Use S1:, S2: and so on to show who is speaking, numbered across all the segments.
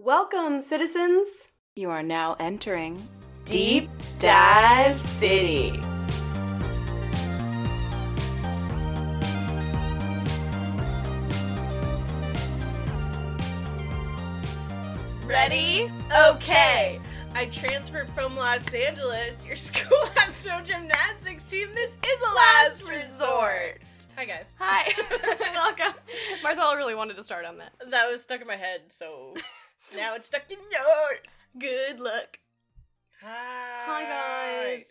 S1: Welcome, citizens!
S2: You are now entering
S1: Deep Dive City.
S3: Ready? Okay. I transferred from Los Angeles. Your school has no gymnastics team. This is a last resort. Hi, guys.
S1: Hi, welcome. Marcella really wanted to start on that.
S3: That was stuck in my head, so now it's stuck in yours.
S1: Good luck. Hi, guys.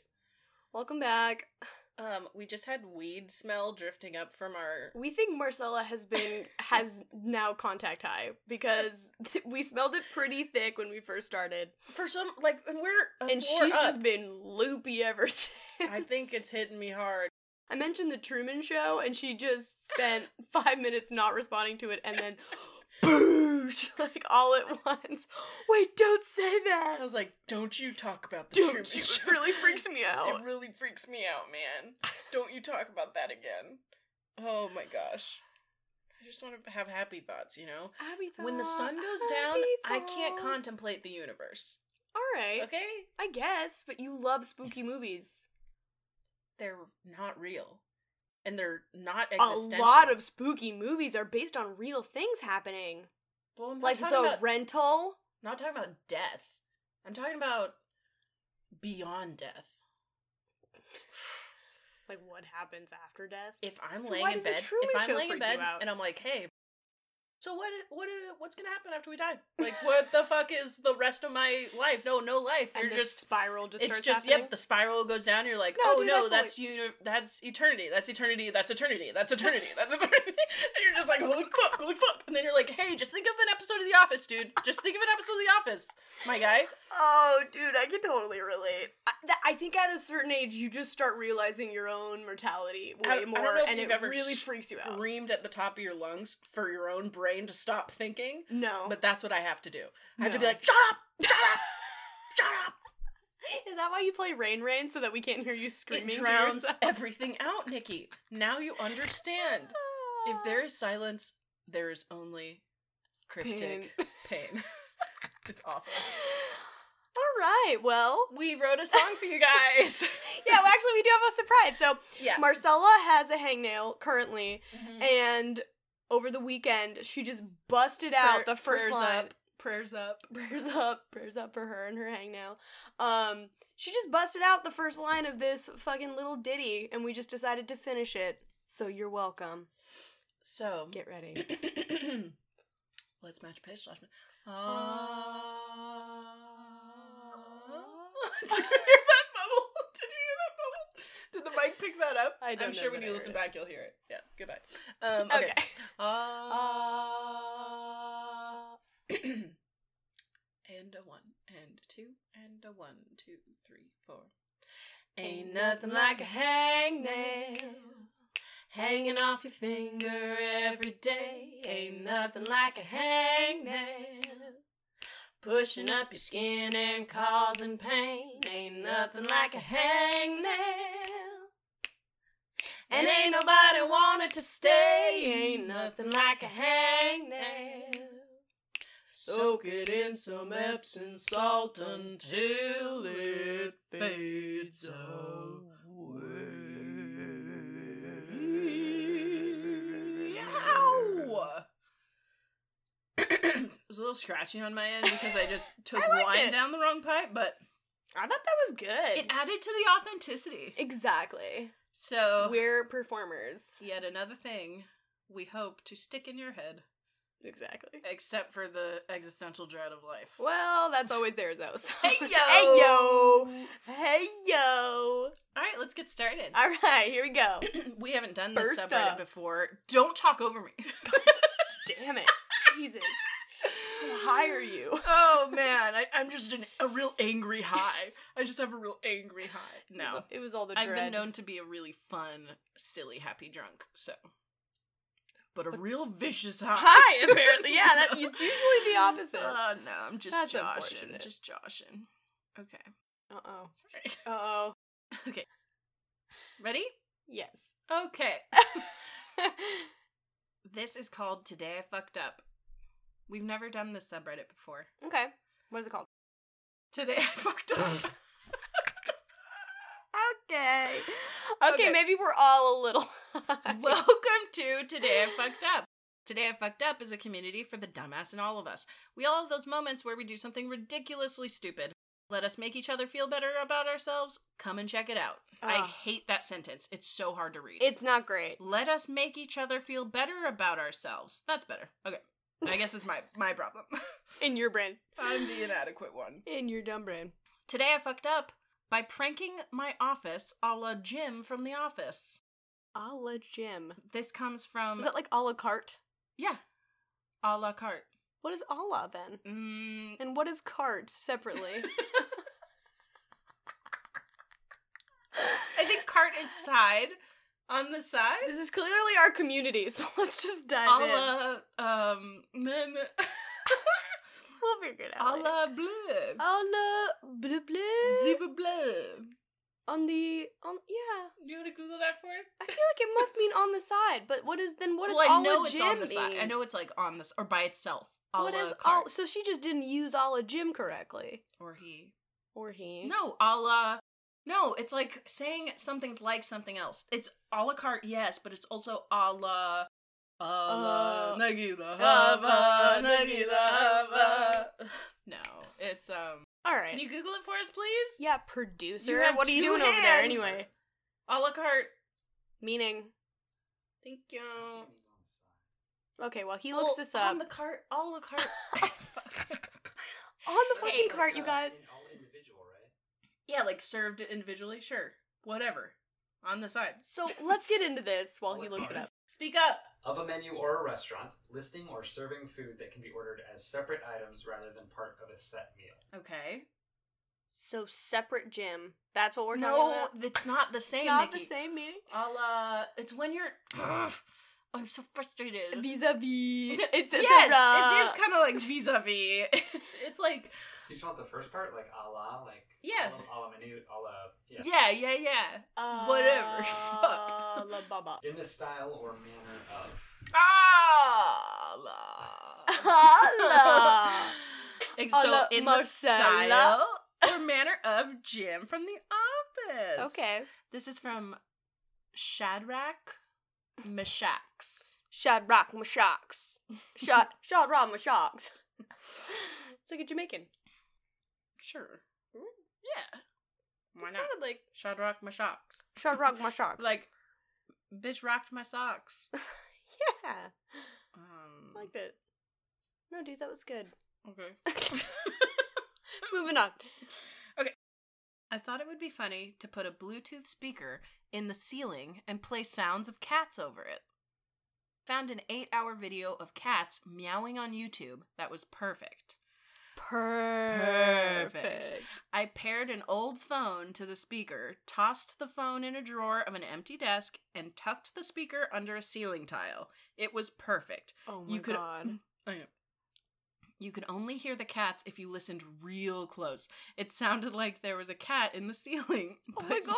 S1: Welcome back.
S3: Um, we just had weed smell drifting up from our.
S1: We think Marcella has been has now contact high because we smelled it pretty thick when we first started,
S3: For some, like, and we're. a
S1: and
S3: floor
S1: she's
S3: up.
S1: just been loopy ever since.
S3: I think it's hitting me hard.
S1: I mentioned the Truman Show, and she just spent five minutes not responding to it, and then boosh, like all at once. Wait, don't say
S3: I
S1: that.
S3: was like, don't you talk about the
S1: Don't
S3: Truman
S1: you-
S3: Show.
S1: It really freaks me
S3: It
S1: out.
S3: really freaks me out, man. Don't you talk about that again. Oh my gosh. I just want to have happy thoughts, you know?
S1: Abby
S3: When the
S1: thought,
S3: sun goes down,
S1: Abby
S3: I can't
S1: thought.
S3: contemplate the universe.
S1: All right,
S3: Okay?
S1: I guess, but you love spooky movies.
S3: They're not real. And they're not
S1: A
S3: existential.
S1: lot of spooky movies are based on real things happening,
S3: Well, I'm not
S1: like the
S3: talking about,
S1: rental.
S3: not talking about death. I'm talking about beyond death.
S1: Like what happens after death?
S3: If I'm
S1: So
S3: laying
S1: why
S3: in
S1: does the
S3: bed,
S1: Truman
S3: if I'm
S1: Show
S3: laying in
S1: freak you
S3: bed
S1: out?
S3: and I'm like, "Hey, so what what what's going to happen after we die? Like what the fuck is the rest of my life? No, no life. You're
S1: and the
S3: just
S1: spiral just
S3: it's
S1: starts
S3: just
S1: happening.
S3: yep the spiral goes down you're like
S1: No,
S3: oh
S1: dude, I
S3: no
S1: fully-
S3: that's you that's eternity that's eternity that's eternity that's eternity that's eternity and you're just like holy fuck holy fuck and then you're like hey just think of an episode of the office dude just think of an episode of the office my guy
S1: Oh, dude, I can totally relate. I, th- I think at a certain age, you just start realizing your own mortality way
S3: I- I don't
S1: more,
S3: know if
S1: and it
S3: you've ever
S1: really freaks you out.
S3: screamed at the top of your lungs for your own brain to stop thinking
S1: No,
S3: but that's what i have to do i have to be
S1: No.
S3: like shut up shut up shut up
S1: is that why you play Rain Rain so that we can't hear you screaming?
S3: it
S1: to
S3: drowns
S1: yourself?
S3: everything out nikki now you understand if there is silence there is only cryptic
S1: Pain.
S3: pain. it's awful.
S1: All right, well,
S3: We wrote a song for you guys.
S1: yeah. Well, actually, we do have a surprise. So
S3: yeah. Mm-hmm.
S1: Marcella has a hangnail currently, and over the weekend, she just busted out the first
S3: prayers
S1: line.
S3: up. Prayers up.
S1: prayers up, prayers up for her and her hangnail. Um, she just busted out the first line of this fucking little ditty, and we just decided to finish it. So you're welcome.
S3: So
S1: Get ready.
S3: let's match pitch. Let's match-
S1: Uh,
S3: Did you hear that bubble? Did you hear that bubble? Did the mic pick that up?
S1: I don't
S3: I'm
S1: know
S3: sure
S1: that
S3: when
S1: I
S3: you listen
S1: heard it.
S3: back, you'll hear it. Yeah. Goodbye. Um,
S1: Okay.
S3: okay. Ah. and a one, and a two, and a one, two, three, four. Ain't nothing like a hangnail hanging off your finger every day. Ain't nothing like a hangnail pushing up your skin and causing pain. Ain't nothing like a hangnail. And ain't nobody wanted to stay. Ain't nothing like a hangnail. Soak it in some Epsom salt until it fades away. Ow! it was a little scratchy on my end because I just took
S1: I liked
S3: wine
S1: it.
S3: down the wrong pipe, but
S1: I thought that was good.
S3: it added to the authenticity.
S1: exactly.
S3: So
S1: We're performers.
S3: Yet another thing we hope to stick in your head,
S1: Exactly.
S3: except for the existential dread of life.
S1: Well, that's always theirs though. So.
S3: Hey yo!
S1: Hey yo! Hey yo!
S3: All right, let's get started.
S1: All right, here we go.
S3: we haven't done this
S1: First
S3: subreddit
S1: up.
S3: before. Don't talk over me.
S1: Damn it, Jesus! Who hire you?
S3: Oh man, I, I'm just an, a real angry high. I just have a real angry high.
S1: It was
S3: No,
S1: all- it was all the
S3: I've
S1: dread.
S3: been known to be a really fun, silly, happy drunk. So, but a real vicious high.
S1: High, apparently. Yeah, that- it's usually the opposite.
S3: Oh no, I'm just
S1: That's
S3: joshing.
S1: unfortunate.
S3: Just joshing. Okay.
S1: Uh oh.
S3: Alright.
S1: Uh oh.
S3: Ready?
S1: Yes.
S3: Okay. This is called Today I Fucked Up. We've never done this subreddit before.
S1: Okay. What is it called?
S3: Today I fucked up.
S1: Okay. Okay,
S3: Okay.
S1: maybe we're all a little high.
S3: Welcome to Today I Fucked Up. Today I Fucked Up is a community for the dumbass in all of us. We all have those moments where we do something ridiculously stupid. Let us make each other feel better about ourselves. Come and check it out. I
S1: Ugh.
S3: hate that sentence. It's so hard to read.
S1: it's not great.
S3: Let us make each other feel better about ourselves. That's better. Okay. I guess it's my my problem.
S1: In your brain.
S3: I'm the inadequate one.
S1: In your dumb brain.
S3: Today I fucked up by pranking my office a la Jim from The Office.
S1: A la Jim.
S3: This comes from
S1: Is that like a la carte?
S3: yeah, a la carte.
S1: What is a la then?
S3: Mm,
S1: And what is carte separately?
S3: I think cart is side on the side.
S1: this is clearly our community, so let's just dive
S3: a
S1: in.
S3: la um then
S1: We'll figure it
S3: a
S1: out. later.
S3: la bleu,
S1: A la bleu Oh, bleu.
S3: ziva bleu.
S1: on the on yeah.
S3: You want to Google that for us?
S1: I feel like it must mean on the side, but what is then what does
S3: well, I
S1: all
S3: know
S1: a
S3: it's
S1: gym
S3: on the side.
S1: mean?
S3: I know it's like on this or by itself. A
S1: what
S3: la
S1: is all
S3: carte.
S1: so she just didn't use all a gym correctly.
S3: or he?
S1: Or he.
S3: No, a la. No, it's like saying something's like something else. It's a la carte, yes, but it's also a la. A la.
S1: Uh,
S3: Nagila
S1: Hava,
S3: Hava, Nagila Hava. No, it's, um.
S1: Alright.
S3: Can you Google it for us, please?
S1: yeah, producer.
S3: You have
S1: what are you
S3: two
S1: doing over there
S3: hands.
S1: anyway?
S3: A la carte.
S1: Meaning.
S3: Thank you.
S1: Okay, well he looks
S3: Well,
S1: this up.
S3: On the cart, a la carte.
S1: on the
S3: Okay.
S1: fucking cart, you guys.
S4: All individual, right?
S3: yeah, like served individually, sure. Whatever. On the side.
S1: So let's get into this while he
S4: All
S1: looks it
S4: right.
S1: up.
S3: Speak up.
S4: Of a menu or a restaurant, listing or serving food that can be ordered as separate items rather than part of a set meal.
S3: Okay.
S1: So separate gym. That's what we're talking
S3: No,
S1: about.
S3: it's not the same.
S1: it's not
S3: Nikki.
S1: the same meaning.
S3: A la, it's when you're. I'm so frustrated.
S1: Vis-a-vis. It's it's uh,
S3: yes, it is kind of like vis-a-vis. It's it's like
S4: Do you just want the first part, like a la, like
S3: Yeah.
S4: a la menu, a la yeah.
S3: yeah, yeah, yeah. Whatever,
S1: Uh, La baba.
S4: in the style or manner of.
S3: Ah, la.
S1: Ah,
S3: And
S1: A
S3: so
S1: la
S3: in the
S1: Marcella.
S3: style or manner of Jim from the office.
S1: Okay.
S3: this is from Shadrach Meshach's.
S1: Shadrach Meshachs. Shad Shadrach Meshachs. It's like a Jamaican.
S3: Sure. Yeah. Why
S1: it
S3: not?
S1: sounded like
S3: Shadrach Meshach's.
S1: Shadrach Meshachs.
S3: Like, bitch rocked my socks.
S1: yeah,
S3: Um,
S1: I liked it. No, dude, that was good.
S3: okay.
S1: Moving on.
S3: I thought it would be funny to put a Bluetooth speaker in the ceiling and play sounds of cats over it. Found an eight hour video of cats meowing on YouTube that was perfect.
S1: Perfect.
S3: I paired an old phone to the speaker, tossed the phone in a drawer of an empty desk, and tucked the speaker under a ceiling tile. It was perfect.
S1: Oh my
S3: You could-
S1: god.
S3: I know. You could only hear the cats if you listened real close. It sounded like there was a cat in the ceiling.
S1: Oh my
S3: but-
S1: god.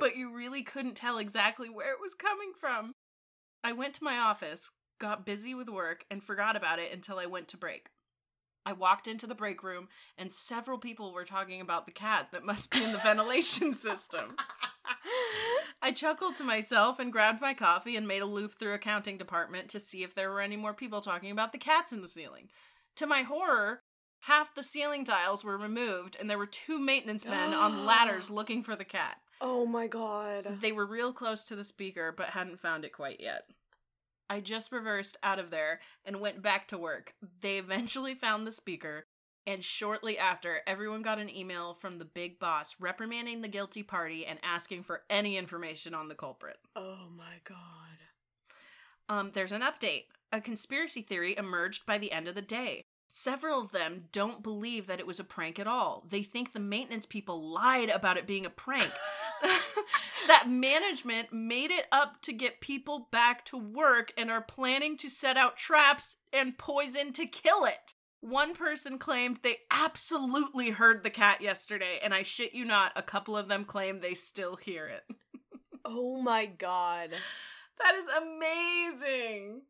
S3: But you really couldn't tell exactly where it was coming from. I went to my office, got busy with work, and forgot about it until I went to break. I walked into the break room, and several people were talking about the cat that must be in the ventilation system. I chuckled to myself and grabbed my coffee and made a loop through accounting department to see if there were any more people talking about the cats in the ceiling. To my horror, half the ceiling tiles were removed and there were two maintenance men on ladders looking for the cat.
S1: oh my god.
S3: They were real close to the speaker but hadn't found it quite yet. I just reversed out of there and went back to work. They eventually found the speaker, and shortly after, everyone got an email from the big boss reprimanding the guilty party and asking for any information on the culprit.
S1: Oh my god.
S3: Um, there's an update. A conspiracy theory emerged by the end of the day. Several of them don't believe that it was a prank at all. They think the maintenance people lied about it being a prank. that management made it up to get people back to work and are planning to set out traps and poison to kill it. One person claimed they absolutely heard the cat yesterday, and I shit you not, a couple of them claim they still hear it.
S1: Oh my god.
S3: That is amazing.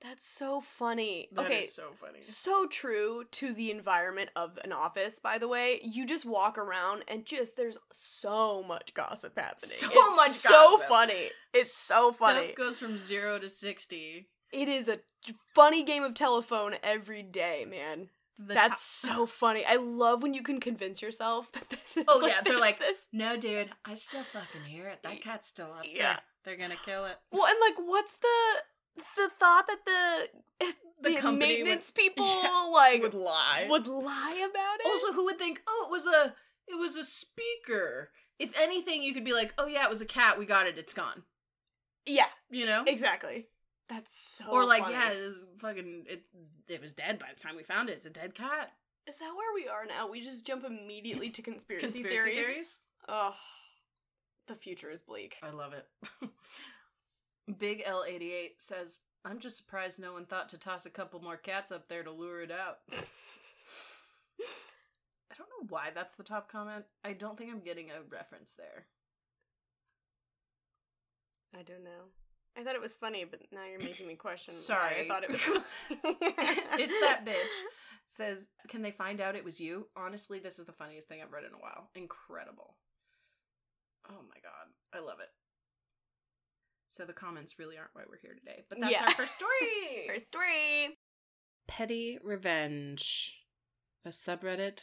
S1: That's so funny.
S3: That is
S1: okay.
S3: so funny.
S1: So true to the environment of an office, by the way. You just walk around and just there's so much gossip happening.
S3: So
S1: it's
S3: much
S1: so
S3: gossip.
S1: funny. It's so funny.
S3: Stuff goes from zero to sixty.
S1: it is a funny game of telephone every day, man.
S3: The
S1: That's
S3: to-
S1: so funny. I love when you can convince yourself that this is
S3: Oh, yeah, they're
S1: there's
S3: like-
S1: this.
S3: no, dude. I still fucking hear it. That cat's still up
S1: Yeah.
S3: there. They're gonna kill it.
S1: Well, and like what's the the thought that the eh,
S3: The
S1: the,
S3: company would-
S1: maintenance people
S3: Yeah,
S1: like
S3: would lie.
S1: would lie about it?
S3: Also, who would think? Oh, it was a it was a speaker. If anything, you could be like, oh yeah, it was a cat. We got it. It's gone.
S1: yeah,
S3: You know.
S1: exactly. That's so
S3: or like,
S1: funny.
S3: yeah, it was fucking it. It was dead by the time we found it. It's a dead cat.
S1: Is that where we are now? We just jump immediately to conspiracy,
S3: Conspiracy
S1: theories.
S3: theories.
S1: Ugh. The future is bleak.
S5: Uh.
S3: I love it. Big L88 says, I'm just surprised no one thought to toss a couple more cats up there to lure it out. I don't know why that's the top comment. I don't think I'm getting a reference there.
S1: I don't know. I thought it was funny, but now you're making me question. why
S3: Sorry.
S1: I thought it was
S3: It's that bitch. Says, can they find out it was you? Honestly, this is the funniest thing I've read in a while. Incredible. Oh my god. I love it. So the comments really aren't why we're here today. But that's
S1: Yeah.
S3: our first story.
S1: Her story.
S3: Petty Revenge, a subreddit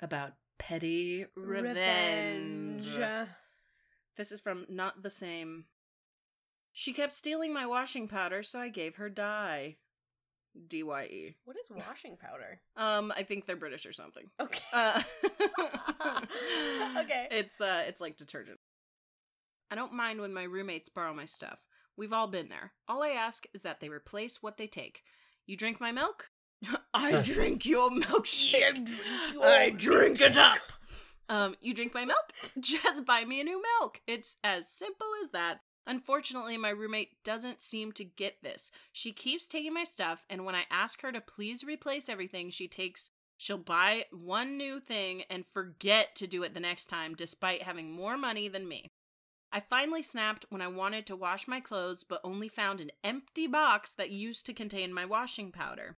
S3: about petty revenge. This is from Not the Same. She kept stealing my washing powder, so I gave her dye. D Y E.
S5: What is washing powder?
S3: Um, I think they're British or something.
S5: Okay.
S3: Uh,
S5: Okay.
S3: It's uh, it's like detergent. I don't mind when my roommates borrow my stuff. We've all been there. All I ask is that they replace what they take. You drink my milk? I drink your milkshake. I drink it up. Um, you drink my milk? Just buy me a new milk. It's as simple as that. Unfortunately, my roommate doesn't seem to get this. She keeps taking my stuff, and when I ask her to please replace everything she takes, she'll buy one new thing and forget to do it the next time, despite having more money than me. I finally snapped when I wanted to wash my clothes, but only found an empty box that used to contain my washing powder.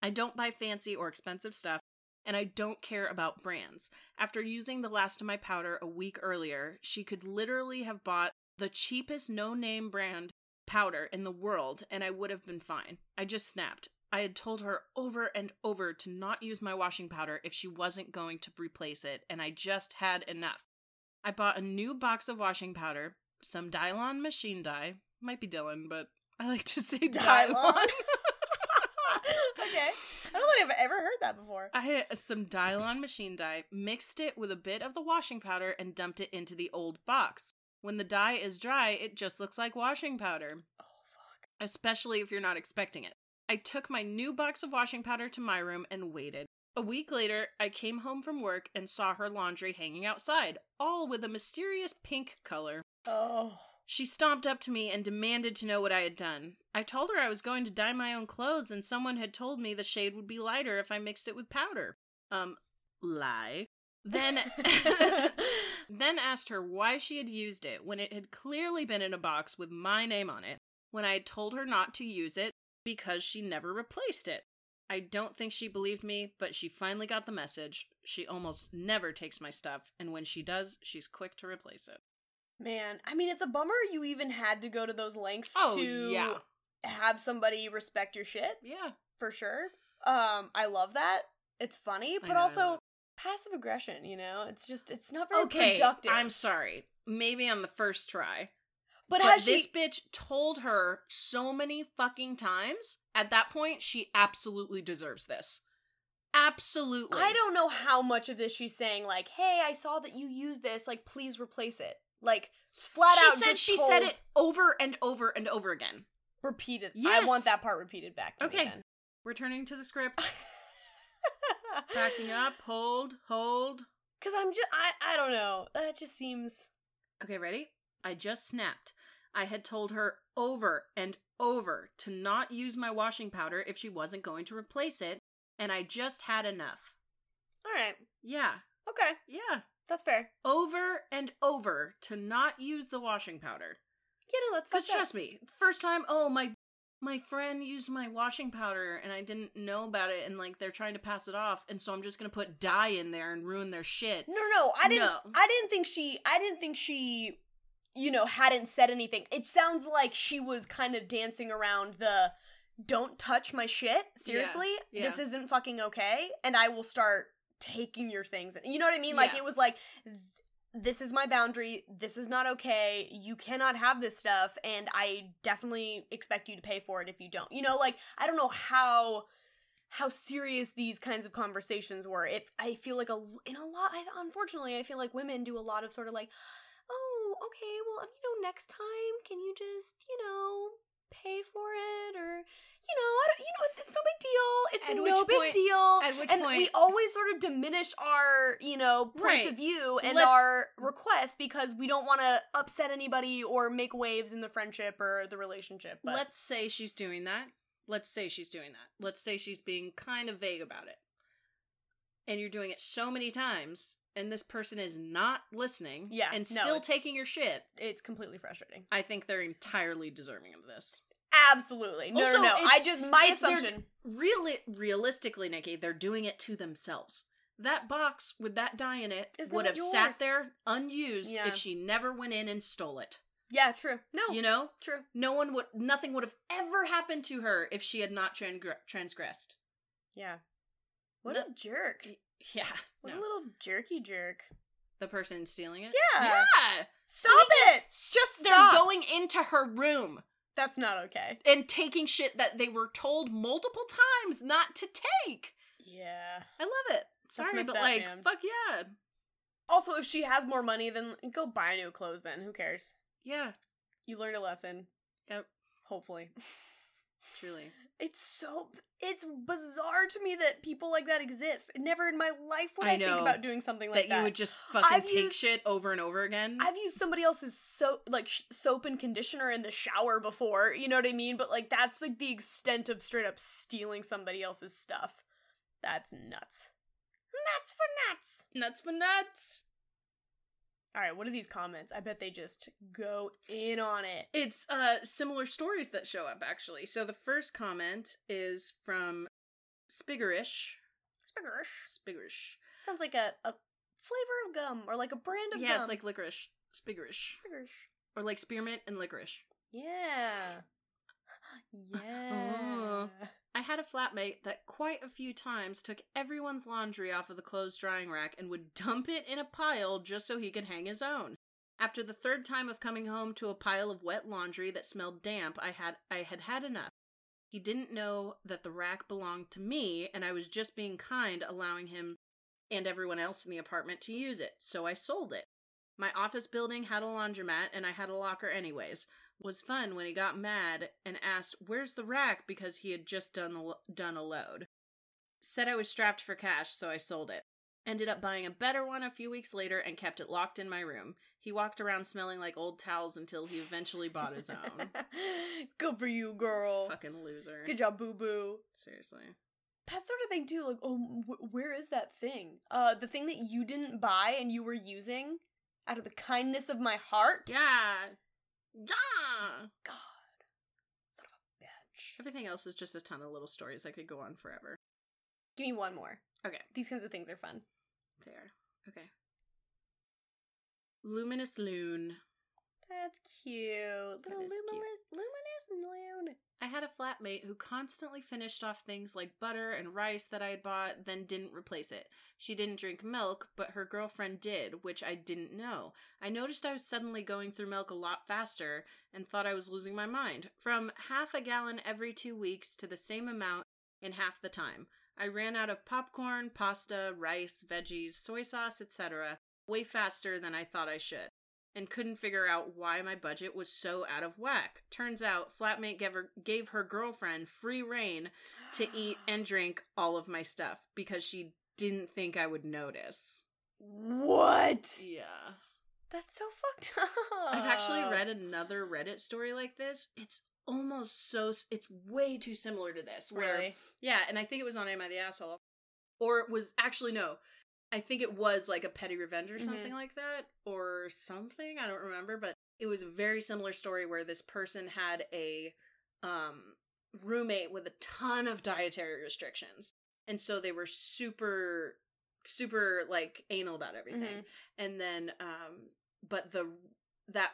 S3: I don't buy fancy or expensive stuff, and I don't care about brands. After using the last of my powder a week earlier, she could literally have bought the cheapest no name brand powder in the world and I would have been fine. I just snapped. I had told her over and over to not use my washing powder if she wasn't going to replace it, and I just had enough. I bought a new box of washing powder, some Dylon machine dye, might be Dylan, but I like to say
S5: Dylon?
S3: Dylon.
S5: okay. I don't think I've ever heard that before.
S3: I had some Dylon machine dye, mixed it with a bit of the washing powder, and dumped it into the old box. When the dye is dry, it just looks like washing powder.
S5: Oh fuck.
S3: especially if you're not expecting it. I took my new box of washing powder to my room and waited. A week later, I came home from work and saw her laundry hanging outside, all with a mysterious pink color.
S5: Oh.
S3: She stomped up to me and demanded to know what I had done. I told her I was going to dye my own clothes, and someone had told me the shade would be lighter if I mixed it with powder. Um, lie. Then, then asked her why she had used it when it had clearly been in a box with my name on it. When I had told her not to use it because she never replaced it. I don't think she believed me, but she finally got the message. She almost never takes my stuff, and when she does, she's quick to replace it.
S5: Man, I mean, it's a bummer you even had to go to those lengths
S3: Oh,
S5: to
S3: yeah.
S5: have somebody respect your shit,
S3: Yeah.
S5: for sure. Um, I love that. It's funny,
S3: I
S5: but
S3: know, I love
S5: also
S3: it.
S5: passive aggression, you know? It's just, it's not very
S3: okay,
S5: productive.
S3: I'm sorry. Maybe on the first try.
S5: but
S3: But,
S5: has
S3: this
S5: she.
S3: bitch told her so many fucking times. At that point, she absolutely deserves this. Absolutely.
S5: I don't know how much of this she's saying, like, hey, I saw that you used this, like, please replace it. Like, s- flat
S3: She
S5: out.
S3: said
S5: just
S3: she
S5: told
S3: said it over and over and over again.
S5: Repeated. I
S3: Yes.
S5: want that part repeated back to me
S3: Okay.
S5: then.
S3: Returning to the script, backing up, hold, hold.
S5: Cause I'm just I I don't know. That just seems
S3: Okay, ready? I just snapped. I had told her over and over to not use my washing powder if she wasn't going to replace it, and I just had enough.
S5: alright.
S3: Yeah,
S5: Okay.
S3: yeah.
S5: That's fair.
S3: Over and over to not use the washing powder.
S5: Yeah, no, that's
S3: Because
S5: fucked up.
S3: trust me, first time, oh, my my friend used my washing powder and I didn't know about it and like they're trying to pass it off and so I'm just going to put dye in there and ruin their shit.
S1: No, no, I didn't.
S3: No.
S1: I didn't think she. I didn't think she. You know, hadn't said anything. It sounds like she was kind of dancing around the "Don't touch my shit." Seriously,
S3: yeah.
S1: this isn't fucking okay, and I will start taking your things. You know what I mean? Like
S3: Yeah.
S1: it was like. th- This is my boundary. This is not okay. You cannot have this stuff, and I definitely expect you to pay for it if you don't. You know, like I don't know how how serious these kinds of conversations were. It I feel like a in a lot. I, unfortunately, I feel like women do a lot of sort of like, oh, okay, well, you know, next time, can you just you know pay for it or you know, I don't, you know, it's it's no big deal. It's
S3: At which
S1: no big
S3: point-
S1: deal.
S3: At which
S1: and
S3: point
S1: we always sort of diminish our, you know, points
S3: Right.
S1: of view and
S3: Let's-
S1: our requests because we don't want to upset anybody or make waves in the friendship or the relationship. But
S3: let's say she's doing that. Let's say she's doing that. Let's say she's being kind of vague about it. And you're doing it so many times and this person is not listening
S1: Yeah,
S3: and
S1: no,
S3: still
S1: it's-
S3: taking your shit.
S1: it's completely frustrating.
S3: I think they're entirely deserving of this.
S1: Absolutely. No,
S3: Also,
S1: no, no. I
S3: it's-
S1: just my
S3: it's their d-
S1: assumption.
S3: Really, realistically, Nikki, they're doing it to themselves. That box with that dye in it
S1: It's
S3: would
S1: not
S3: have sat
S1: yours.
S3: there unused
S1: Yeah.
S3: if she never went in and stole it.
S1: Yeah, true. No,
S3: You know,
S1: true.
S3: no one would, nothing would have ever happened to her if she had not transgre- transgressed.
S1: Yeah. What
S3: No-
S1: a jerk.
S3: Yeah,
S1: What
S3: no.
S1: a little jerky jerk.
S3: the person stealing it.
S1: Yeah.
S3: yeah.
S1: Stop it.
S3: Just
S1: Stop.
S3: they're going into her room
S1: That's not okay.
S3: and taking shit that they were told multiple times not to take.
S1: Yeah.
S3: I love it. Sorry,
S1: messed
S3: but
S1: up,
S3: like,
S1: man.
S3: fuck yeah,
S1: Also, if she has more money, then go buy new clothes then. Who cares?
S3: yeah,
S1: You learned a lesson.
S3: Yep.
S1: Hopefully.
S3: truly.
S1: It's so it's bizarre to me that people like that exist. Never in my life would
S3: I
S1: I, think
S3: know
S1: about doing something like
S3: that
S1: that.
S3: you would just fucking
S1: I've
S3: take
S1: used-
S3: shit over and over again.
S1: I've used somebody else's soap, like sh- soap and conditioner in the shower before. You know what I mean? But like that's like the extent of straight up stealing somebody else's stuff. That's nuts. Nuts for nuts.
S3: nuts for nuts.
S1: All right, what are these comments? I bet they just go in on it.
S3: It's uh similar stories that show up actually. So the first comment is from Spiggerish.
S1: Spiggerish.
S3: Spiggerish.
S1: Sounds like a, a flavor of gum or like a brand of
S3: yeah,
S1: gum.
S3: it's like licorice. Spiggerish.
S1: Spiggerish.
S3: Or like spearmint and licorice.
S1: Yeah. yeah.
S3: I had a flatmate that quite a few times took everyone's laundry off of the clothes drying rack and would dump it in a pile just so he could hang his own. After the third time of coming home to a pile of wet laundry that smelled damp, I had I had had enough. He didn't know that the rack belonged to me and I was just being kind allowing him and everyone else in the apartment to use it. So I sold it. My office building had a laundromat and I had a locker anyways was fun when he got mad and asked, "Where's the rack?" because he had just done the lo- done a load. Said I was strapped for cash, so I sold it. Ended up buying a better one a few weeks later and kept it locked in my room. He walked around smelling like old towels until he eventually bought his own.
S1: Good for you, girl.
S3: Fucking loser.
S1: Good job, boo boo.
S3: Seriously.
S1: that sort of thing too like oh wh- where is that thing uh the thing that you didn't buy and you were using out of the kindness of my heart
S3: Yeah. Yeah.
S1: god son of a bitch
S3: Everything else is just a ton of little stories. I could go on forever.
S1: give me one more
S3: Okay.
S1: these kinds of things are fun
S3: There. Okay. Luminous Loon.
S1: that's cute little luminous
S3: is cute.
S1: luminous loon
S3: I had a flatmate who constantly finished off things like butter and rice that I had bought, then didn't replace it. She didn't drink milk, but her girlfriend did, which I didn't know. I noticed I was suddenly going through milk a lot faster and thought I was losing my mind. From half a gallon every two weeks to the same amount in half the time. I ran out of popcorn, pasta, rice, veggies, soy sauce, etc., way faster than I thought I should and couldn't figure out why my budget was so out of whack. Turns out, flatmate gave her, gave her girlfriend free reign to eat and drink all of my stuff because she didn't think I would notice.
S1: what
S3: Yeah.
S1: that's so fucked up
S3: I've actually
S1: Uh.
S3: read another Reddit story like this. It's almost so, s- it's way too similar to this. Where,
S1: really
S3: Yeah, and I think it was on Am I the Asshole? Or it was, actually, no. I think it was like a petty revenge or
S1: Mhm.
S3: something like that, or something. I don't remember, but it was a very similar story where this person had a um roommate with a ton of dietary restrictions. And so they were super super like anal about everything.
S1: Mhm.
S3: And then um but the that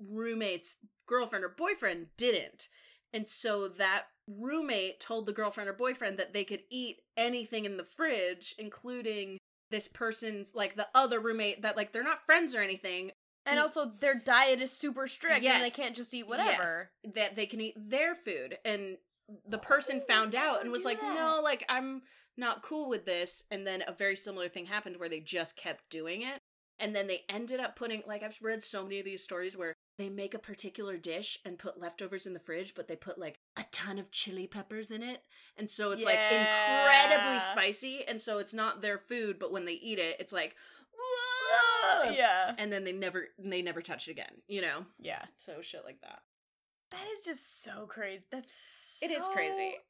S3: roommate's girlfriend or boyfriend didn't. And so that roommate told the girlfriend or boyfriend that they could eat anything in the fridge, including this person's like the other roommate that like they're not friends or anything,
S1: And
S3: Mm.
S1: also, their diet is super strict, and they
S3: Yes.
S1: can't just eat whatever.
S3: Yes, that they can eat their food and the person found out and was like no like i'm not cool with this and then a very similar thing happened where they just kept doing it and then they ended up putting like i've read so many of these stories where they make a particular dish and put leftovers in the fridge but they put like a ton of chili peppers in it and so it's like incredibly
S1: Yeah.
S3: spicy and so it's not their food but when they eat it it's like "Whoa!"
S1: Yeah.
S3: and then they never they never touch it again you know
S1: Yeah.
S3: so shit like that
S1: That is just so crazy. That's
S3: It is crazy.
S1: so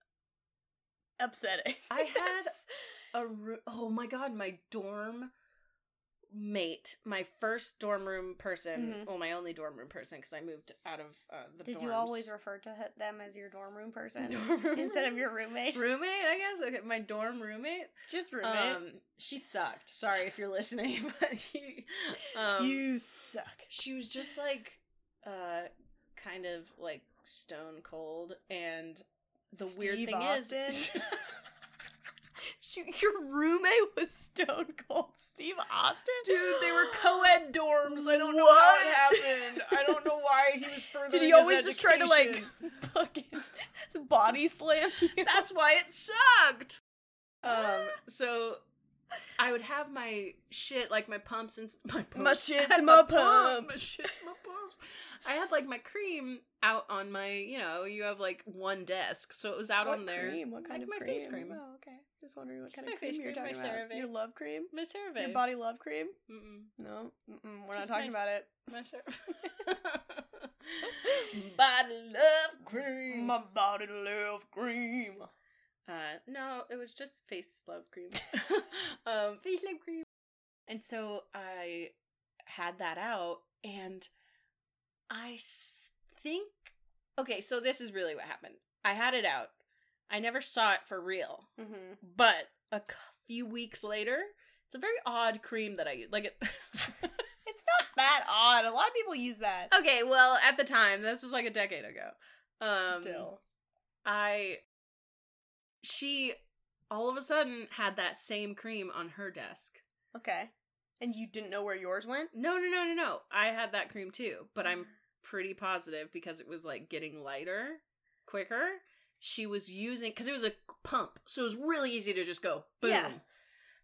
S1: Upsetting.
S3: I had-
S1: That's-
S3: a roo- oh my god my dorm mate my first dorm room person
S1: Mhm.
S3: well my only dorm room person because i moved out of uh, the
S1: Did you
S3: dorms.
S1: always refer to h- them as your dorm room person
S3: Dorm room
S1: instead of
S3: person?
S1: your roommate?
S3: roommate i guess okay my dorm roommate
S1: Just roommate.
S3: um she sucked sorry if you're listening but he, um
S1: you suck.
S3: she was just like uh kind of like stone cold and the weird
S1: Steve
S3: thing is
S1: Austin? Shoot, your roommate was Stone Cold Steve Austin,
S3: Dude, they were co-ed dorms. I don't know how
S1: What?
S3: it happened. I don't know why he was further.
S1: Did he always just try to like fucking body slam you?
S3: That's why it sucked. Um, so I would have my shit like my pumps and s- my pumps.
S1: shits
S3: I had
S1: and my
S3: pump, My
S1: pumps.
S3: shits, my pumps. I had like my cream out on my, you know, you have like one desk, so it was out
S1: What
S3: on there.
S1: cream? What kind
S3: like
S1: of
S3: my
S1: cream?
S3: face cream.
S1: Oh, okay. Just wondering what
S3: Just
S1: kind
S3: my
S1: of cream
S3: face
S1: you're
S3: cream, my
S1: talking about.
S3: CeraVe.
S1: Your love cream?
S3: My survey.
S1: Your body love cream?
S3: Mm-mm.
S1: No, Mm-mm, we're
S3: Just
S1: not talking
S3: my
S1: about it.
S3: My survey. body love cream.
S1: body love cream.
S3: Uh, no, it was just face love cream. um, face love cream. And so I had that out, and I s- think. Okay, so this is really what happened. I had it out. I never saw it for real,
S1: Mm-hmm.
S3: but a c- few weeks later, it's a very odd cream that I use. Like it.
S1: It's not that odd. A lot of people use that.
S3: okay, well, at the time, this was like a decade ago. Um,
S1: Still.
S3: I she all of a sudden had that same cream on her desk.
S1: Okay. And you didn't know where yours went?
S3: No, no, no, no, no. I had that cream too, but I'm pretty positive because it was like getting lighter quicker. She was using cuz it was a pump. So it was really easy to just go boom.
S1: Yeah.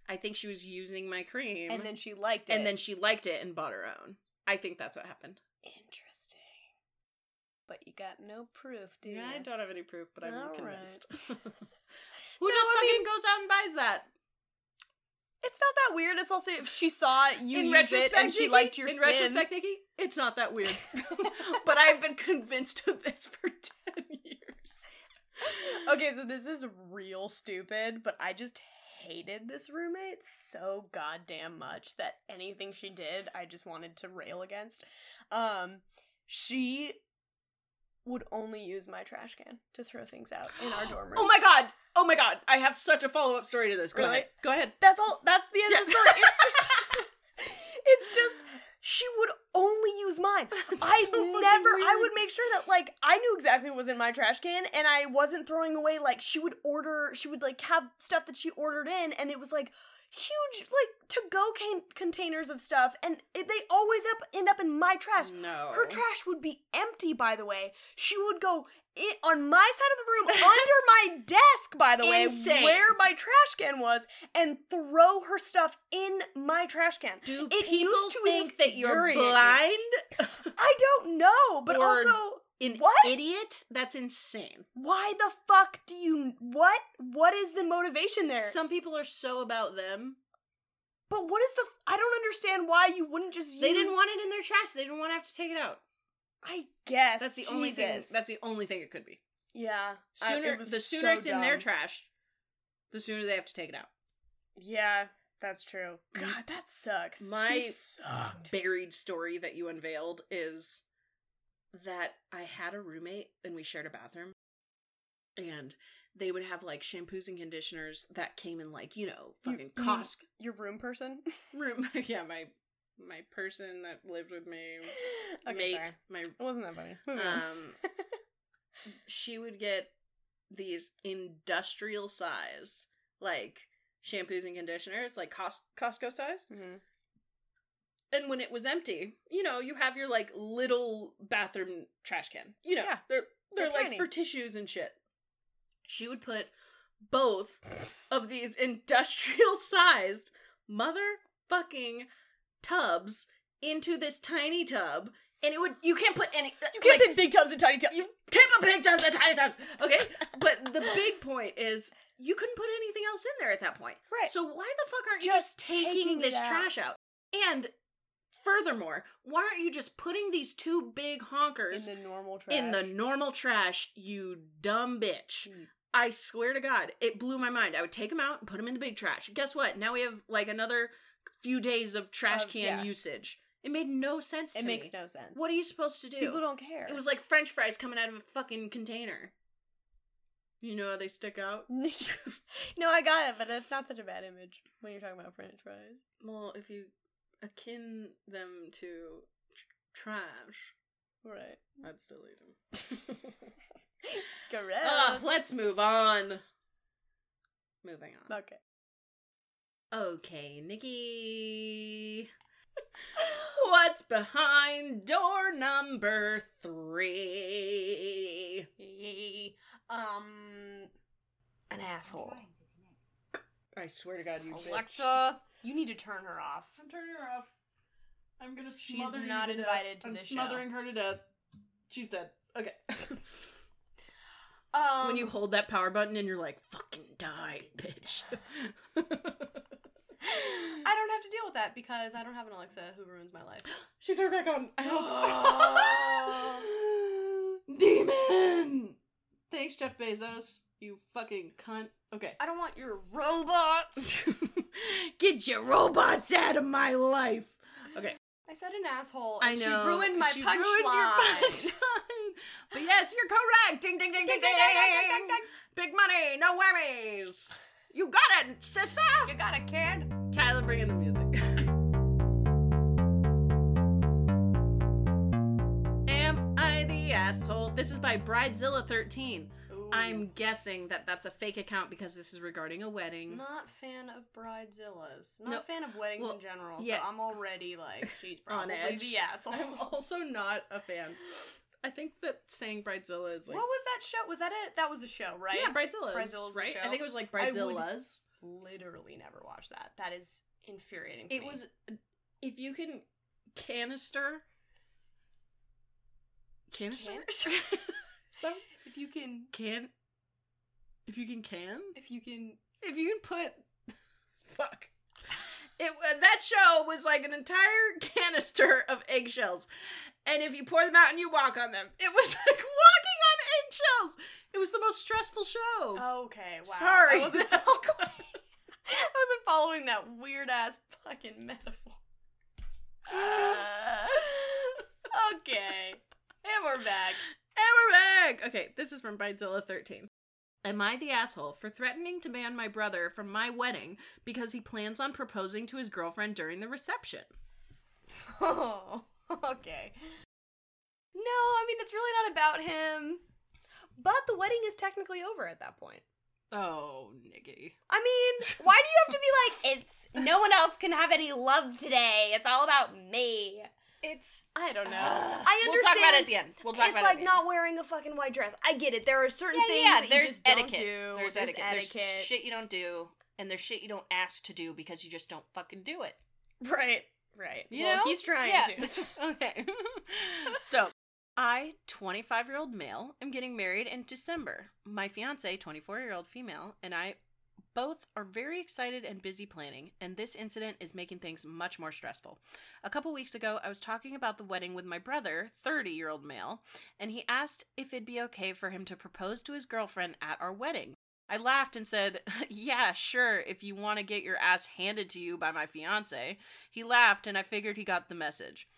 S3: I think she was using my cream
S1: And then she liked it.
S3: and then she liked it and bought her own. I think that's what happened.
S1: Interesting. But you got no proof, do you?
S3: Yeah, I don't have any proof, but I'm
S1: All
S3: convinced. Who
S1: No,
S3: just
S1: I
S3: fucking
S1: mean-
S3: goes out and buys that?
S1: It's not that weird. It's also if she saw you use it and she
S3: Nikki-
S1: liked your
S3: in
S1: skin.
S3: retrospect, Nikki, it's not that weird. but I've been convinced of this for ten years.
S1: okay, so this is real stupid, but I just hated this roommate so goddamn much that anything she did, I just wanted to rail against. Um, she would only use my trash can to throw things out in our dorm room.
S3: Oh my god! Oh my god! I have such a follow up story to this. Go
S1: Really?
S3: ahead. Go ahead.
S1: That's all. That's the end of the
S3: Yeah.
S1: story. It's just, it's just she would only use mine. I
S3: so fucking
S1: never. I
S3: weird.
S1: would make sure that like I knew exactly what was in my trash can, and I wasn't throwing away. Like she would order. She would like have stuff that she ordered in, and it was like huge like to go can- containers of stuff, and it, they always up end up in my trash.
S3: No.
S1: Her trash would be empty, by the way. She would go i on my side of the room, under my desk, by the way,
S3: Insane.
S1: where my trash can was, and throw her stuff in my trash can.
S3: Do
S1: It
S3: people
S1: used to
S3: think that you're
S1: infuriate me.
S3: blind?
S1: I don't know, but
S3: Or-
S1: also,
S3: An
S1: What?
S3: idiot? That's insane.
S1: why the fuck do you? What? What is the motivation there?
S3: Some people are so about them.
S1: but what is the? I don't understand why you wouldn't just.
S3: They
S1: use,
S3: didn't want it in their trash. They didn't want to have to take it out.
S1: I guess
S3: That's the only thing.
S1: Jesus.
S3: That's the only thing it could be.
S1: yeah. I-
S3: Sooner
S1: it was
S3: the sooner
S1: so
S3: it's in their
S1: dumb.
S3: trash, the sooner they have to take it out.
S1: Yeah, that's true. God, that sucks.
S3: My-
S1: she sucked.
S3: buried story that you unveiled is that I had a roommate and we shared a bathroom and they would have like shampoos and conditioners that came in like you know
S5: You-
S3: fucking
S5: you-
S3: Costco
S5: Your room person?
S3: room. yeah, my my person that lived with me,
S5: okay,
S3: mate,
S5: sorry.
S3: my
S5: It wasn't that funny. Moving on.
S3: um, she would get these industrial size like shampoos and conditioners, like Cos- Costco size.
S1: Mm-hmm.
S5: Mhm.
S3: And when it was empty, you know, you have your like little bathroom trash can. You know,
S5: Yeah.
S3: they're they're,
S5: They're
S3: like
S5: tiny.
S3: for tissues and shit. She would put both of these industrial sized motherfucking tubs into this tiny tub, and it would you can't put any uh,
S5: You
S3: like,
S5: can't put big tubs and tiny tubs.
S3: Can't put big tubs and tiny tubs. Okay, but the big point is you couldn't put anything else in there at that point.
S5: Right.
S3: So why the fuck aren't you
S5: Just
S3: just taking,
S5: taking it
S3: this
S5: out.
S3: trash out? And furthermore, why aren't you just putting these two big
S5: in
S3: honkers
S5: the normal trash.
S3: in the normal trash? You dumb bitch.
S5: Mm.
S3: I swear to God, it blew my mind. I would take them out and put them in the big trash. Guess what? Now we have like another few days of trash
S5: Of-
S3: can
S5: yeah.
S3: usage. It made no sense.
S5: It
S3: to
S5: makes
S3: me.
S5: no sense.
S3: What are you supposed to do?
S5: People don't care.
S3: It was like French fries coming out of a fucking container. You know how they stick out?
S5: no, I got it, but that's not such a bad image when you're talking about French fries.
S3: Well, if you akin them to tr- trash,
S5: Right.
S3: I'd still eat them.
S5: Correct.
S3: Ah, let's move on. Moving on.
S5: okay.
S3: Okay, Nikki. What's behind door number three?
S1: Um, an asshole.
S3: I swear to God, you bitch.
S1: Alexa, you need to turn her off.
S3: I'm turning her off. I'm gonna
S1: She's
S3: smother you
S1: not
S3: to death.
S1: invited to
S3: I'm
S1: this
S3: smothering her to death. She's dead. Okay.
S1: Um,
S3: when you hold that power button and you're like, "Fucking die, bitch."
S1: I don't have to deal with that because I don't have an Alexa who ruins my life.
S3: she turned back on. I
S1: hope-
S3: Demon. Thanks, Jeff Bezos. You fucking cunt. Okay.
S1: I don't want your robots.
S3: Get your robots out of my life. Okay.
S1: I said an asshole.
S3: I
S1: and
S3: know.
S1: She ruined my
S3: She ruined your
S1: punchline.
S3: punchline. But yes, you're correct. Ding, ding, ding, ding, ding, ding, ding, ding. Big money, no whammies. You got it, sister.
S1: you got a kid?
S3: Tyler, bring in the music. Am I the asshole? This is by Bridezilla13. I'm guessing that that's a fake account because this is regarding a wedding.
S1: not fan of bridezillas. Not
S3: No.
S1: a fan of weddings
S3: Well,
S1: in general.
S3: yeah.
S1: So I'm already like, she's
S3: On
S1: probably
S3: edge.
S1: the asshole.
S3: I'm also not a fan. I think that saying Bridezilla is like.
S1: what was that show? Was that it? That was a show, right?
S3: Yeah, Bridezilla's.
S1: Bridezilla's the
S3: right? I
S1: show.
S3: think it was like
S1: I would-
S3: Bridezilla's.
S1: Literally never watched that. That is infuriating. to
S3: It
S1: me.
S3: was if you can canister canister
S1: Canister?
S3: so
S1: If you can,
S3: can if you can can
S1: if you can,
S3: if you can put fuck it wa- that show was like an entire canister of eggshells and if you pour them out and you walk on them it was like walking on eggshells it was the most stressful show
S1: okay, wow.
S3: sorry
S1: I wasn't,
S3: that's
S1: following,
S3: quite-
S1: I wasn't following that weird ass fucking metaphor. Uh, okay, and we're back.
S3: And we're back. Okay, this is from Bridezilla13. Am I the asshole for threatening to ban my brother from my wedding because he plans on proposing to his girlfriend during the reception?
S1: Oh, okay. No, I mean it's really not about him.
S5: But the wedding is technically over at that point.
S3: Oh, Nikki.
S5: I mean, why do you have to be like, it's no one else can have any love today. It's all about me.
S1: It's I
S3: uh,
S1: don't know.
S5: Ugh.
S1: I understand.
S3: We'll talk about it at the end. We'll talk
S1: it's
S3: about
S1: like
S3: it. at the
S1: not wearing a fucking white dress. I get it. There are certain
S3: end.
S1: things
S3: yeah, yeah,
S1: that
S3: there's
S1: you just
S3: etiquette.
S1: don't do.
S3: There's, etiquette.
S1: etiquette.
S3: There's shit you don't do, and there's shit you don't ask to do because you just don't fucking do it.
S5: Right, right.
S3: You
S5: well,
S3: know?
S5: he's trying to.
S3: okay. so, I, 25 year old male, am getting married in December. My fiance, 24 year old female, and I both are very excited and busy planning, and this incident is making things much more stressful. A couple weeks ago, I was talking about the wedding with my brother, 30 year old male, and he asked if it'd be okay for him to propose to his girlfriend at our wedding. I laughed and said, Yeah, sure, if you want to get your ass handed to you by my fiance. He laughed, and I figured he got the message.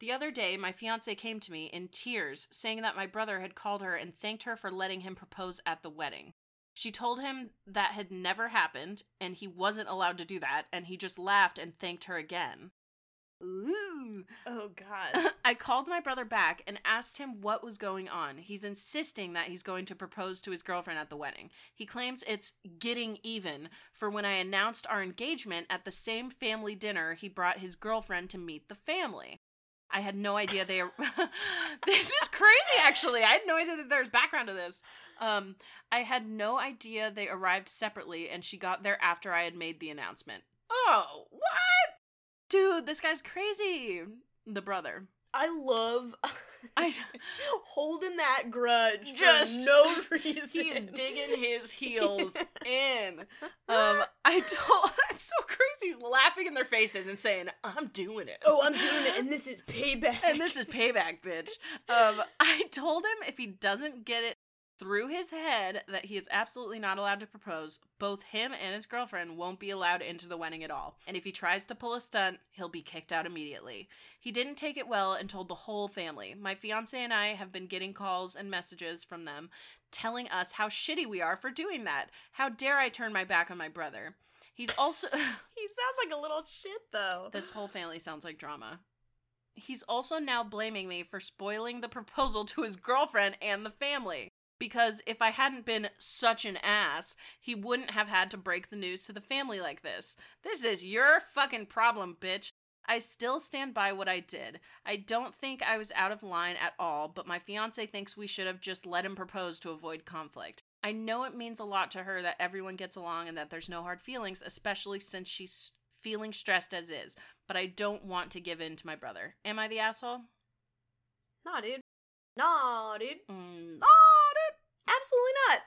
S3: The other day, my fiance came to me in tears, saying that my brother had called her and thanked her for letting him propose at the wedding. She told him that had never happened and he wasn't allowed to do that, and he just laughed and thanked her again. Ooh.
S1: Oh god.
S3: I called my brother back and asked him what was going on. He's insisting that he's going to propose to his girlfriend at the wedding. He claims it's getting even for when I announced our engagement at the same family dinner he brought his girlfriend to meet the family. I had no idea they This is crazy actually. I had no idea that there's background to this. Um I had no idea they arrived separately and she got there after I had made the announcement. Oh, what? Dude, this guy's crazy. The brother.
S1: I love
S3: I
S1: holding that grudge
S3: Just-
S1: for no reason.
S3: he is digging his heels in. Um, I don't. That's so crazy. He's laughing in their faces and saying, "I'm doing it."
S1: Oh, I'm doing it, and this is payback.
S3: and this is payback, bitch. Um, I told him if he doesn't get it through his head that he is absolutely not allowed to propose, both him and his girlfriend won't be allowed into the wedding at all. And if he tries to pull a stunt, he'll be kicked out immediately. He didn't take it well and told the whole family. My fiance and I have been getting calls and messages from them telling us how shitty we are for doing that. How dare I turn my back on my brother? He's also.
S1: he sounds like a little shit though.
S3: This whole family sounds like drama. He's also now blaming me for spoiling the proposal to his girlfriend and the family. Because if I hadn't been such an ass, he wouldn't have had to break the news to the family like this. This is your fucking problem, bitch. I still stand by what I did. I don't think I was out of line at all, but my fiance thinks we should have just let him propose to avoid conflict. I know it means a lot to her that everyone gets along and that there's no hard feelings, especially since she's feeling stressed as is, but I don't want to give in to my brother. Am I the asshole?
S1: Nah, dude. Nah, dude.
S3: Mm,
S1: Oh, dude. Absolutely not.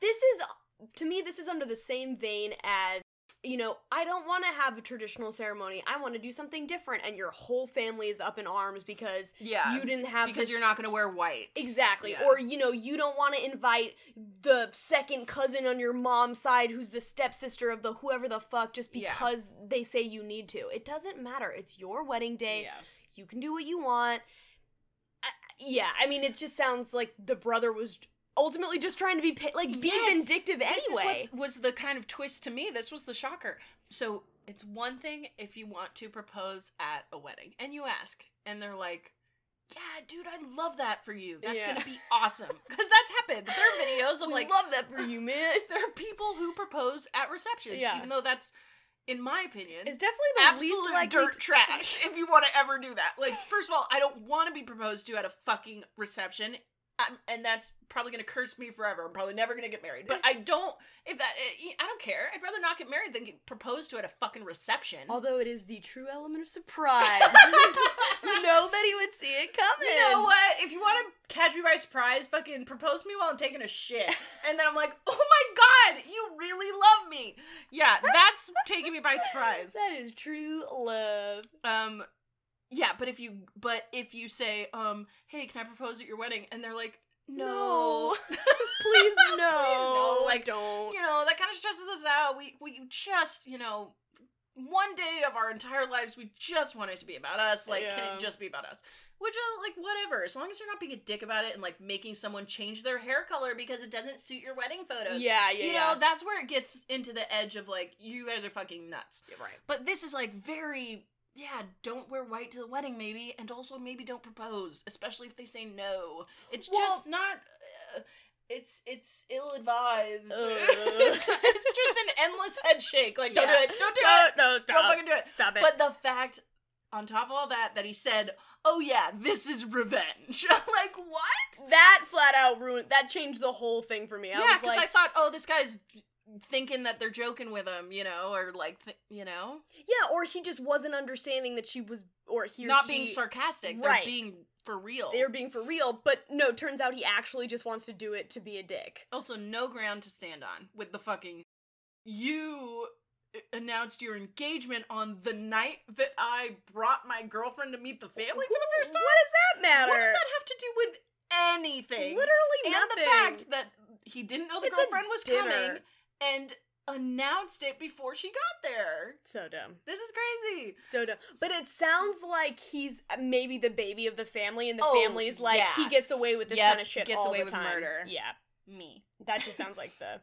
S1: This is, to me, this is under the same vein as, you know, I don't want to have a traditional ceremony. I want to do something different. And your whole family is up in arms because
S3: yeah.
S1: you didn't have
S3: because
S1: the
S3: you're
S1: s-
S3: not going to wear white.
S1: Exactly.
S3: Yeah.
S1: Or, you know, you don't want to invite the second cousin on your mom's side who's the stepsister of the whoever the fuck just
S3: Yeah.
S1: because they say you need to. It doesn't matter. It's your wedding day.
S3: Yeah.
S1: You can do what you want. I, yeah, I mean, it just sounds like the brother was ultimately just trying to be pa- like be
S3: Yes,
S1: vindictive
S3: This is
S1: anyway.
S3: what was the kind of twist to me. This was the shocker. So it's one thing if you want to propose at a wedding and you ask, and they're like, yeah, dude, I love that for you. That's
S1: Yeah.
S3: gonna be awesome. Because that's happened. There are videos of
S1: we
S3: like
S1: love that for you, man.
S3: there are people who propose at receptions,
S1: Yeah.
S3: even though that's, in my opinion,
S1: It's definitely the least
S3: absolute
S1: likely
S3: dirt
S1: to-
S3: trash if you want to ever do that. Like, first of all, I don't want to be proposed to at a fucking reception. Um, and that's probably going to curse me forever. I'm probably never going to get married. But I don't, if that, eh, I I don't care. I'd rather not get married than get proposed to at a fucking reception.
S1: Although it is the true element of surprise. Nobody would see it coming.
S3: You know what? If you want to catch me by surprise, fucking propose to me while I'm taking a shit. And then I'm like, oh my god, you really love me. Yeah, that's taking me by surprise.
S1: That is true love.
S3: Um yeah, but if you but if you say, um, hey, can I propose at your wedding? And they're like, no.
S1: Please no.
S3: no, like,
S1: don't.
S3: you know, that kind of stresses us out. We we just, you know, one day of our entire lives we just want it to be about us. Like, can
S1: Yeah.
S3: it just be about us? Which uh, like whatever, as long as you're not being a dick about it and like making someone change their hair color because it doesn't suit your wedding photos.
S1: Yeah, yeah.
S3: You
S1: yeah.
S3: know, that's where it gets into the edge of like, you guys are fucking nuts.
S1: right.
S3: But this is like very, yeah, don't wear white to the wedding, maybe, and also maybe don't propose, especially if they say no. It's
S1: Well-
S3: just not. Uh, it's it's ill advised.
S1: Ugh.
S3: it's, it's just an endless head shake. Like don't
S1: Yeah.
S3: do it, don't do
S1: No,
S3: it,
S1: no,
S3: don't
S1: stop.
S3: fucking do it.
S1: Stop it.
S3: But the fact, on top of all that, that he said, "Oh yeah, this is revenge." like what?
S1: that flat out ruined. That changed the whole thing for me. I
S3: yeah,
S1: was like,
S3: I thought, oh, this guy's thinking that they're joking with him, you know, or like, th- you know,
S1: yeah, or he just wasn't understanding that she was, or he, or
S3: not
S1: she-
S3: being sarcastic,
S1: Right.
S3: they're being for real.
S1: They were being for real, but no. Turns out he actually just wants to do it to be a dick.
S3: also no ground to stand on with the fucking you uh, announced your engagement on the night that I brought my girlfriend to meet the family for the first time.
S1: What does that matter?
S3: What does that have to do with anything?
S1: Literally
S3: and
S1: nothing.
S3: the fact that he didn't know the
S1: It's a
S3: girlfriend was
S1: dinner.
S3: coming and announced it before she got there.
S1: So dumb.
S3: This is crazy.
S1: So dumb. But it sounds like he's uh, maybe the baby of the family, and the
S3: Oh,
S1: family's like
S3: yeah.
S1: he gets away with this
S3: Yep,
S1: kind of shit
S3: gets
S1: all
S3: away
S1: the
S3: with
S1: time.
S3: murder.
S1: Yeah,
S3: Me.
S1: that just sounds like the.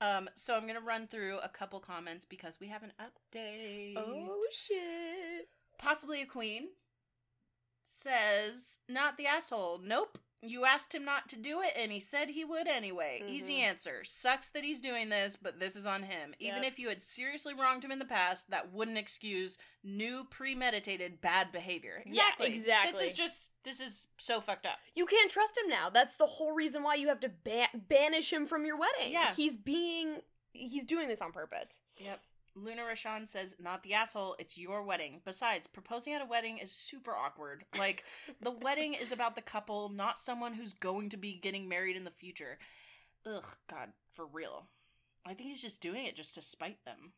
S3: Um, so I'm gonna run through a couple comments because we have an update.
S1: Oh, shit!
S3: possibly a queen says not the asshole nope you asked him not to do it and he said he would anyway easy
S1: Mhm.
S3: answer sucks that he's doing this but this is on him even
S1: Yep.
S3: if you had seriously wronged him in the past that wouldn't excuse new premeditated bad behavior
S1: Yeah,
S3: exactly
S1: exactly.
S3: this is just this is so fucked up
S1: You can't trust him now. That's the whole reason why you have to ba- banish him from your wedding.
S3: Yeah.
S1: he's being he's doing this on purpose.
S3: Yep. Luna Rashan says, not the asshole, it's your wedding. Besides, proposing at a wedding is super awkward. Like, the wedding is about the couple, not someone who's going to be getting married in the future. Ugh, God, for real. I think he's just doing it just to spite them.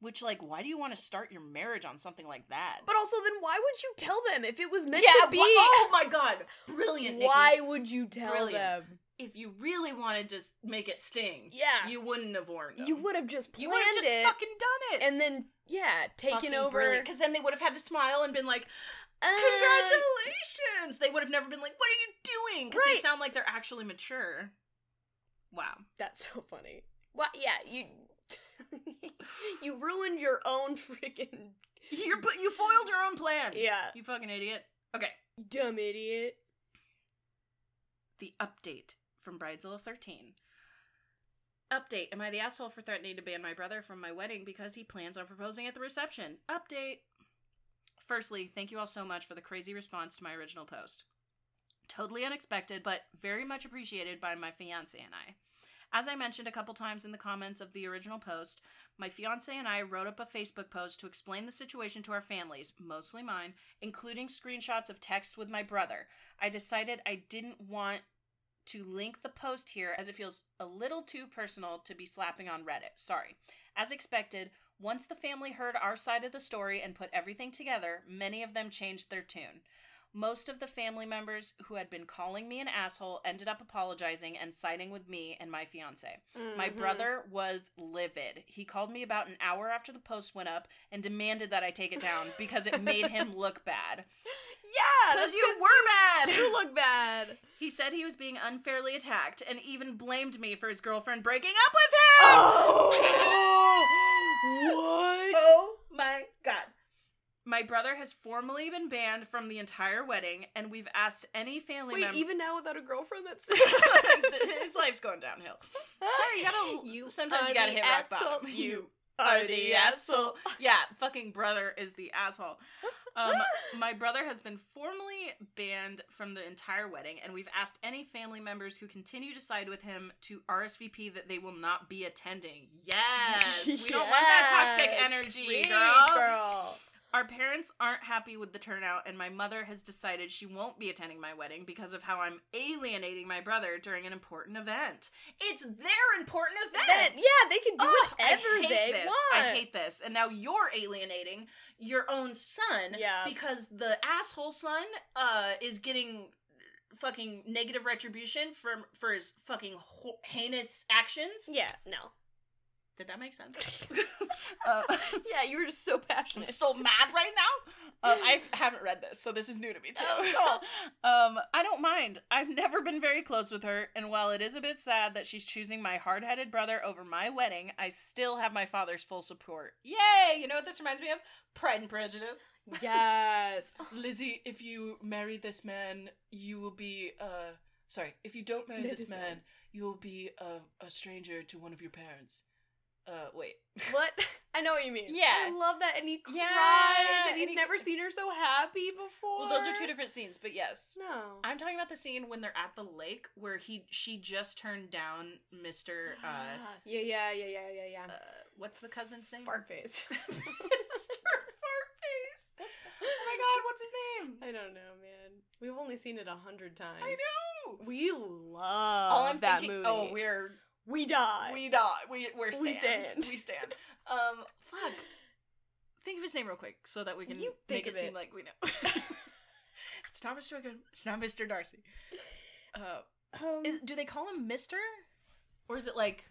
S3: Which, like, why do you want to start your marriage on something like that?
S1: But also, then why would you tell them if it was meant
S3: Yeah,
S1: to be?
S3: wh- oh my god, brilliant! Nikki.
S1: why would you tell
S3: Brilliant.
S1: them?
S3: if you really wanted to s- make it sting,
S1: Yeah.
S3: you wouldn't have warned them.
S1: You would have just planned
S3: you would have just
S1: it
S3: fucking done it,
S1: and then yeah, taken over.
S3: because then they would have had to smile and been like,
S1: Uh,
S3: Congratulations! They would have never been like, "What are you doing?" Because they
S1: Right.
S3: sound like they're actually mature. Wow.
S1: That's so funny. What? Yeah, you you ruined your own freaking
S3: You're but you foiled your own plan.
S1: yeah,
S3: You fucking idiot. Okay.
S1: you dumb idiot.
S3: The update from Bridezilla 13. Update. Am I the asshole for threatening to ban my brother from my wedding because he plans on proposing at the reception? Update. Firstly, thank you all so much for the crazy response to my original post. Totally unexpected, but very much appreciated by my fiance and I. As I mentioned a couple times in the comments of the original post, my fiance and I wrote up a Facebook post to explain the situation to our families, mostly mine, including screenshots of texts with my brother. I decided I didn't want to link the post here as it feels a little too personal to be slapping on Reddit. Sorry. As expected, once the family heard our side of the story and put everything together, many of them changed their tune. Most of the family members who had been calling me an asshole ended up apologizing and siding with me and my fiance. My
S1: Mm-hmm.
S3: brother was livid. He called me about an hour after the post went up and demanded that I take it down because it made him look bad.
S1: Yeah,
S3: Because
S1: that's
S3: you were bad.
S1: you look bad.
S3: He said he was being unfairly attacked and even blamed me for his girlfriend breaking up with him.
S1: Oh,
S3: Oh my god. My brother has formally been banned from the entire wedding, and we've asked any
S1: what?
S3: family
S1: Wait,
S3: member.
S1: even now without a girlfriend, that's
S3: his life's going downhill. Sorry, you gotta.
S1: You
S3: sometimes
S1: are
S3: you gotta
S1: the
S3: hit rock
S1: asshole.
S3: bottom.
S1: You are the asshole.
S3: yeah, fucking brother is the asshole. Um, my brother has been formally banned from the entire wedding, and we've asked any family members who continue to side with him to RSVP that they will not be attending. Yes, we don't want that toxic
S1: Yes,
S3: energy,
S1: Preach,
S3: girl.
S1: girl.
S3: Our parents aren't happy with the turnout, and my mother has decided she won't be attending my wedding because of how I'm alienating my brother during an important event. It's their important event.
S1: That- yeah, they can do
S3: Oh,
S1: whatever
S3: I hate
S1: they
S3: this.
S1: want.
S3: I hate this. And now you're alienating your own son
S1: Yeah.
S3: because the asshole son uh, is getting fucking negative retribution from for his fucking ho- heinous actions.
S1: Yeah, no.
S3: Did that make sense? uh,
S1: Yeah, you were just so
S3: I'm
S1: passionate.
S3: so mad right now. Um, I haven't read this, so this is new to me too.
S1: Oh,
S3: um, I don't mind. I've never been very close with her, and while it is a bit sad that she's choosing my hard-headed brother over my wedding, I still have my father's full support. Yay! You know what this reminds me of? Pride and Prejudice.
S1: yes.
S3: Lizzie, if you marry this man, you will be uh sorry, if you don't marry
S1: Marry this man.
S3: you will be a, a stranger to one of your parents. Uh wait.
S1: What? I know what you mean.
S3: Yeah.
S1: I love that. And he cries,
S3: Yeah,
S1: and
S3: and
S1: he's
S3: he-
S1: never seen her so happy before.
S3: Well, those are two different scenes, but yes.
S1: No.
S3: I'm talking about the scene when they're at the lake where he she just turned down Mr. Uh,
S1: Ah, yeah, yeah, yeah, yeah, yeah, yeah.
S3: uh what's the cousin's name?
S1: Fart face.
S3: Mr. Fartface. Oh my god, what's his name?
S1: I don't know, man. We've only seen it a hundred times.
S3: I know.
S1: We love
S3: All I'm
S1: that
S3: thinking,
S1: movie.
S3: Oh, we're
S1: we die.
S3: we die. We we're
S1: We
S3: stands. We
S1: stand.
S3: stand. Um, fuck. Think of his name real quick so that we can
S1: You think
S3: make
S1: of
S3: it,
S1: it.
S3: seem like we know. it's not Mr. Good. It's not Mr. Darcy. Uh,
S1: Um,
S3: is, do they call him Mister, or is it like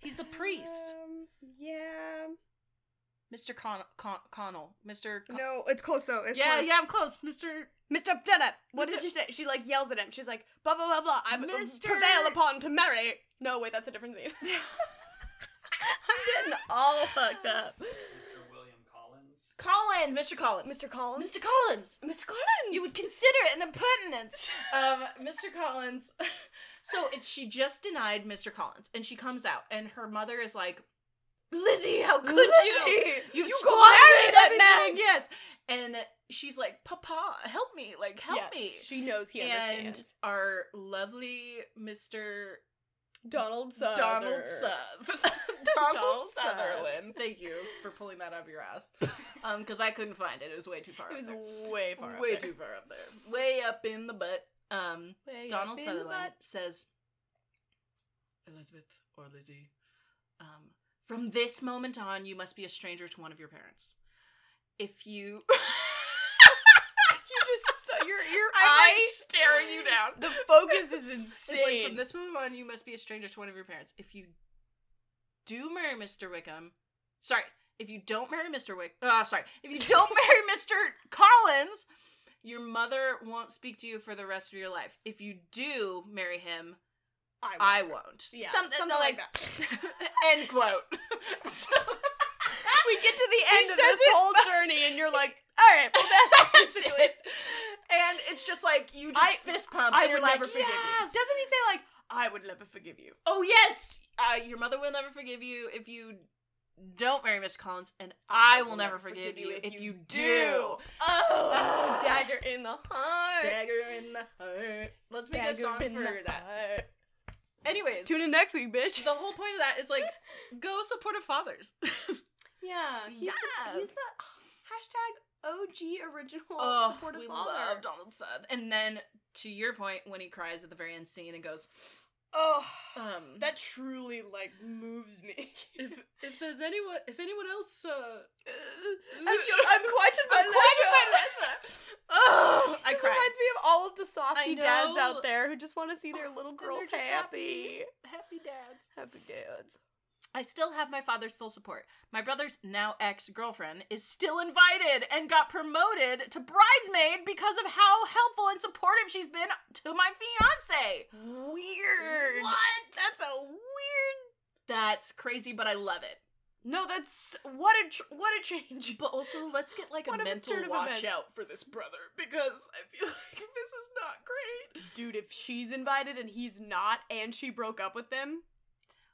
S3: He's the priest,
S1: Um, yeah.
S3: Mr. Con- Con- Connell. Mr. Con-
S1: No, it's close though. It's
S3: yeah,
S1: close.
S3: yeah, I'm close, Mr.
S1: Mr. Dunlap, what did you say? She like yells at him. She's like, blah blah blah blah. I uh,
S3: Mr.
S1: prevail upon to marry. No, wait, that's a different scene. I'm getting all fucked up.
S4: Mr. William Collins.
S3: Collins, Mr. Collins,
S1: Mr. Collins.
S3: Mr. Collins.
S1: Mr. Collins.
S3: You would consider it an impertinence, um, Mr. Collins. so it's she just denied Mr. Collins, and she comes out, and her mother is like, "Lizzie, how could you?
S1: Lizzie,
S3: You've
S1: you go
S3: squandered
S1: marry that
S3: everything."
S1: man.
S3: Yes, and she's like, "Papa, help me! Like, help
S1: Yes,
S3: me!"
S1: She knows he
S3: and
S1: understands.
S3: our lovely Mr.
S1: Donald Suther.
S3: Donald Sub. Donald
S1: Donald
S3: Sutherland. Thank you for pulling that out of your ass. Um, because I couldn't find it. It was way too far.
S1: It
S3: up
S1: was
S3: there.
S1: way far. up
S3: way
S1: there.
S3: too far up there. Way up in the butt. Um,
S1: Way up
S3: Donald
S1: in the
S3: Sutherland
S1: butt.
S3: says, Elizabeth or Lizzie, um, from this moment on, you must be a stranger to one of your parents. If you,
S1: You just so, your your
S3: I'm like
S1: eyes.
S3: staring you down.
S1: the focus is insane.
S3: It's like, from this moment on, you must be a stranger to one of your parents. If you do marry Mr. Wickham, sorry, if you don't marry Mr. Wick, oh, sorry, if you don't marry Mr. Collins, your mother won't speak to you for the rest of your life. If you do marry him, I won't.
S1: Yeah,
S3: something,
S1: something like
S3: that. end quote. so,
S1: we get to the
S3: He
S1: end of
S3: says
S1: this
S3: it
S1: whole
S3: fast.
S1: journey, and you're like, all right, well that's,
S3: that's it. And it's just like you just
S1: I-
S3: fist pump.
S1: I
S3: and
S1: would
S3: you're like,
S1: never forgive you.
S3: "Yes!"
S1: Doesn't he say like, I would never forgive you?
S3: Oh yes, uh, your mother will never forgive you if you don't marry Miss Collins, and I will never forgive you if you do.
S1: Oh, dagger in the heart.
S3: Dagger in the heart. Let's make a
S1: Dagger
S3: song
S1: in the
S3: for that.
S1: heart.
S3: Anyways,
S1: Tune in next week, bitch.
S3: the whole point of that is like, go supportive fathers.
S1: Yeah, he's
S3: Yes.
S1: the, he's the hashtag OG original supportive
S3: Oh, we
S1: father.
S3: love Donald Sutherland. And then to your point, when he cries at the very end scene and goes,
S1: Oh,
S3: um,
S1: that truly like moves me.
S3: if if there's anyone, if anyone else, uh,
S1: I'm, ju- I'm quite at my
S3: I'm quite at my
S1: leisure.
S3: leisure. Oh, I
S1: this
S3: cried.
S1: reminds me of all of the softy
S3: I
S1: dads
S3: know.
S1: out there who just want to see their little
S3: they're
S1: girls
S3: just
S1: happy.
S3: Happy dads.
S1: Happy dads.
S3: I still have my father's full support. My brother's now ex girlfriend is still invited and got promoted to bridesmaid because of how helpful and supportive she's been to my fiance.
S1: Weird.
S3: What?
S1: That's a weird.
S3: That's crazy, but I love it.
S1: No, that's what a tr- what a change.
S3: But also, let's get like a
S1: What a
S3: mental
S1: turn of
S3: watch
S1: events.
S3: out for this brother because I feel like this is not great.
S1: Dude, if she's invited and he's not, and she broke up with them,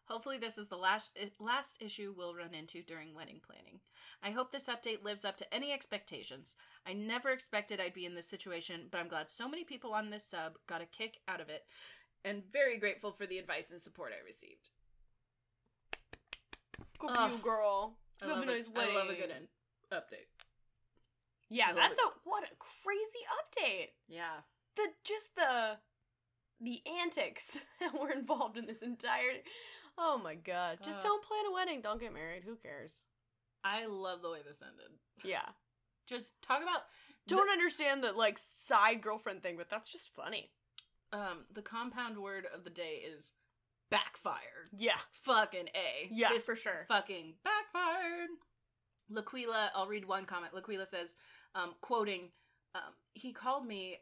S3: Hopefully, this is the last i- last issue we'll run into during wedding planning. I hope this update lives up to any expectations. I never expected I'd be in this situation, but I'm glad so many people on this sub got a kick out of it, and very grateful for the advice and support I received.
S1: go
S3: Ugh.
S1: you, girl.
S3: I
S1: Have
S3: love,
S1: a nice
S3: I love a
S1: wedding.
S3: good end update. I
S1: Yeah,
S3: love
S1: that's
S3: it.
S1: a what a crazy update.
S3: Yeah,
S1: The just the the antics that were involved in this entire. Oh my god! Just
S3: Ugh.
S1: don't plan a wedding. Don't get married. Who cares?
S3: I love the way this ended.
S1: Yeah.
S3: Just talk about
S1: Don't understand the like side girlfriend thing, but that's just funny.
S3: um the compound word of the day is backfire.
S1: Yeah.
S3: Fucking a.
S1: Yeah,
S3: This
S1: for sure.
S3: fucking backfired. Laquila, I'll read one comment. Laquila says, um, quoting, um, he called me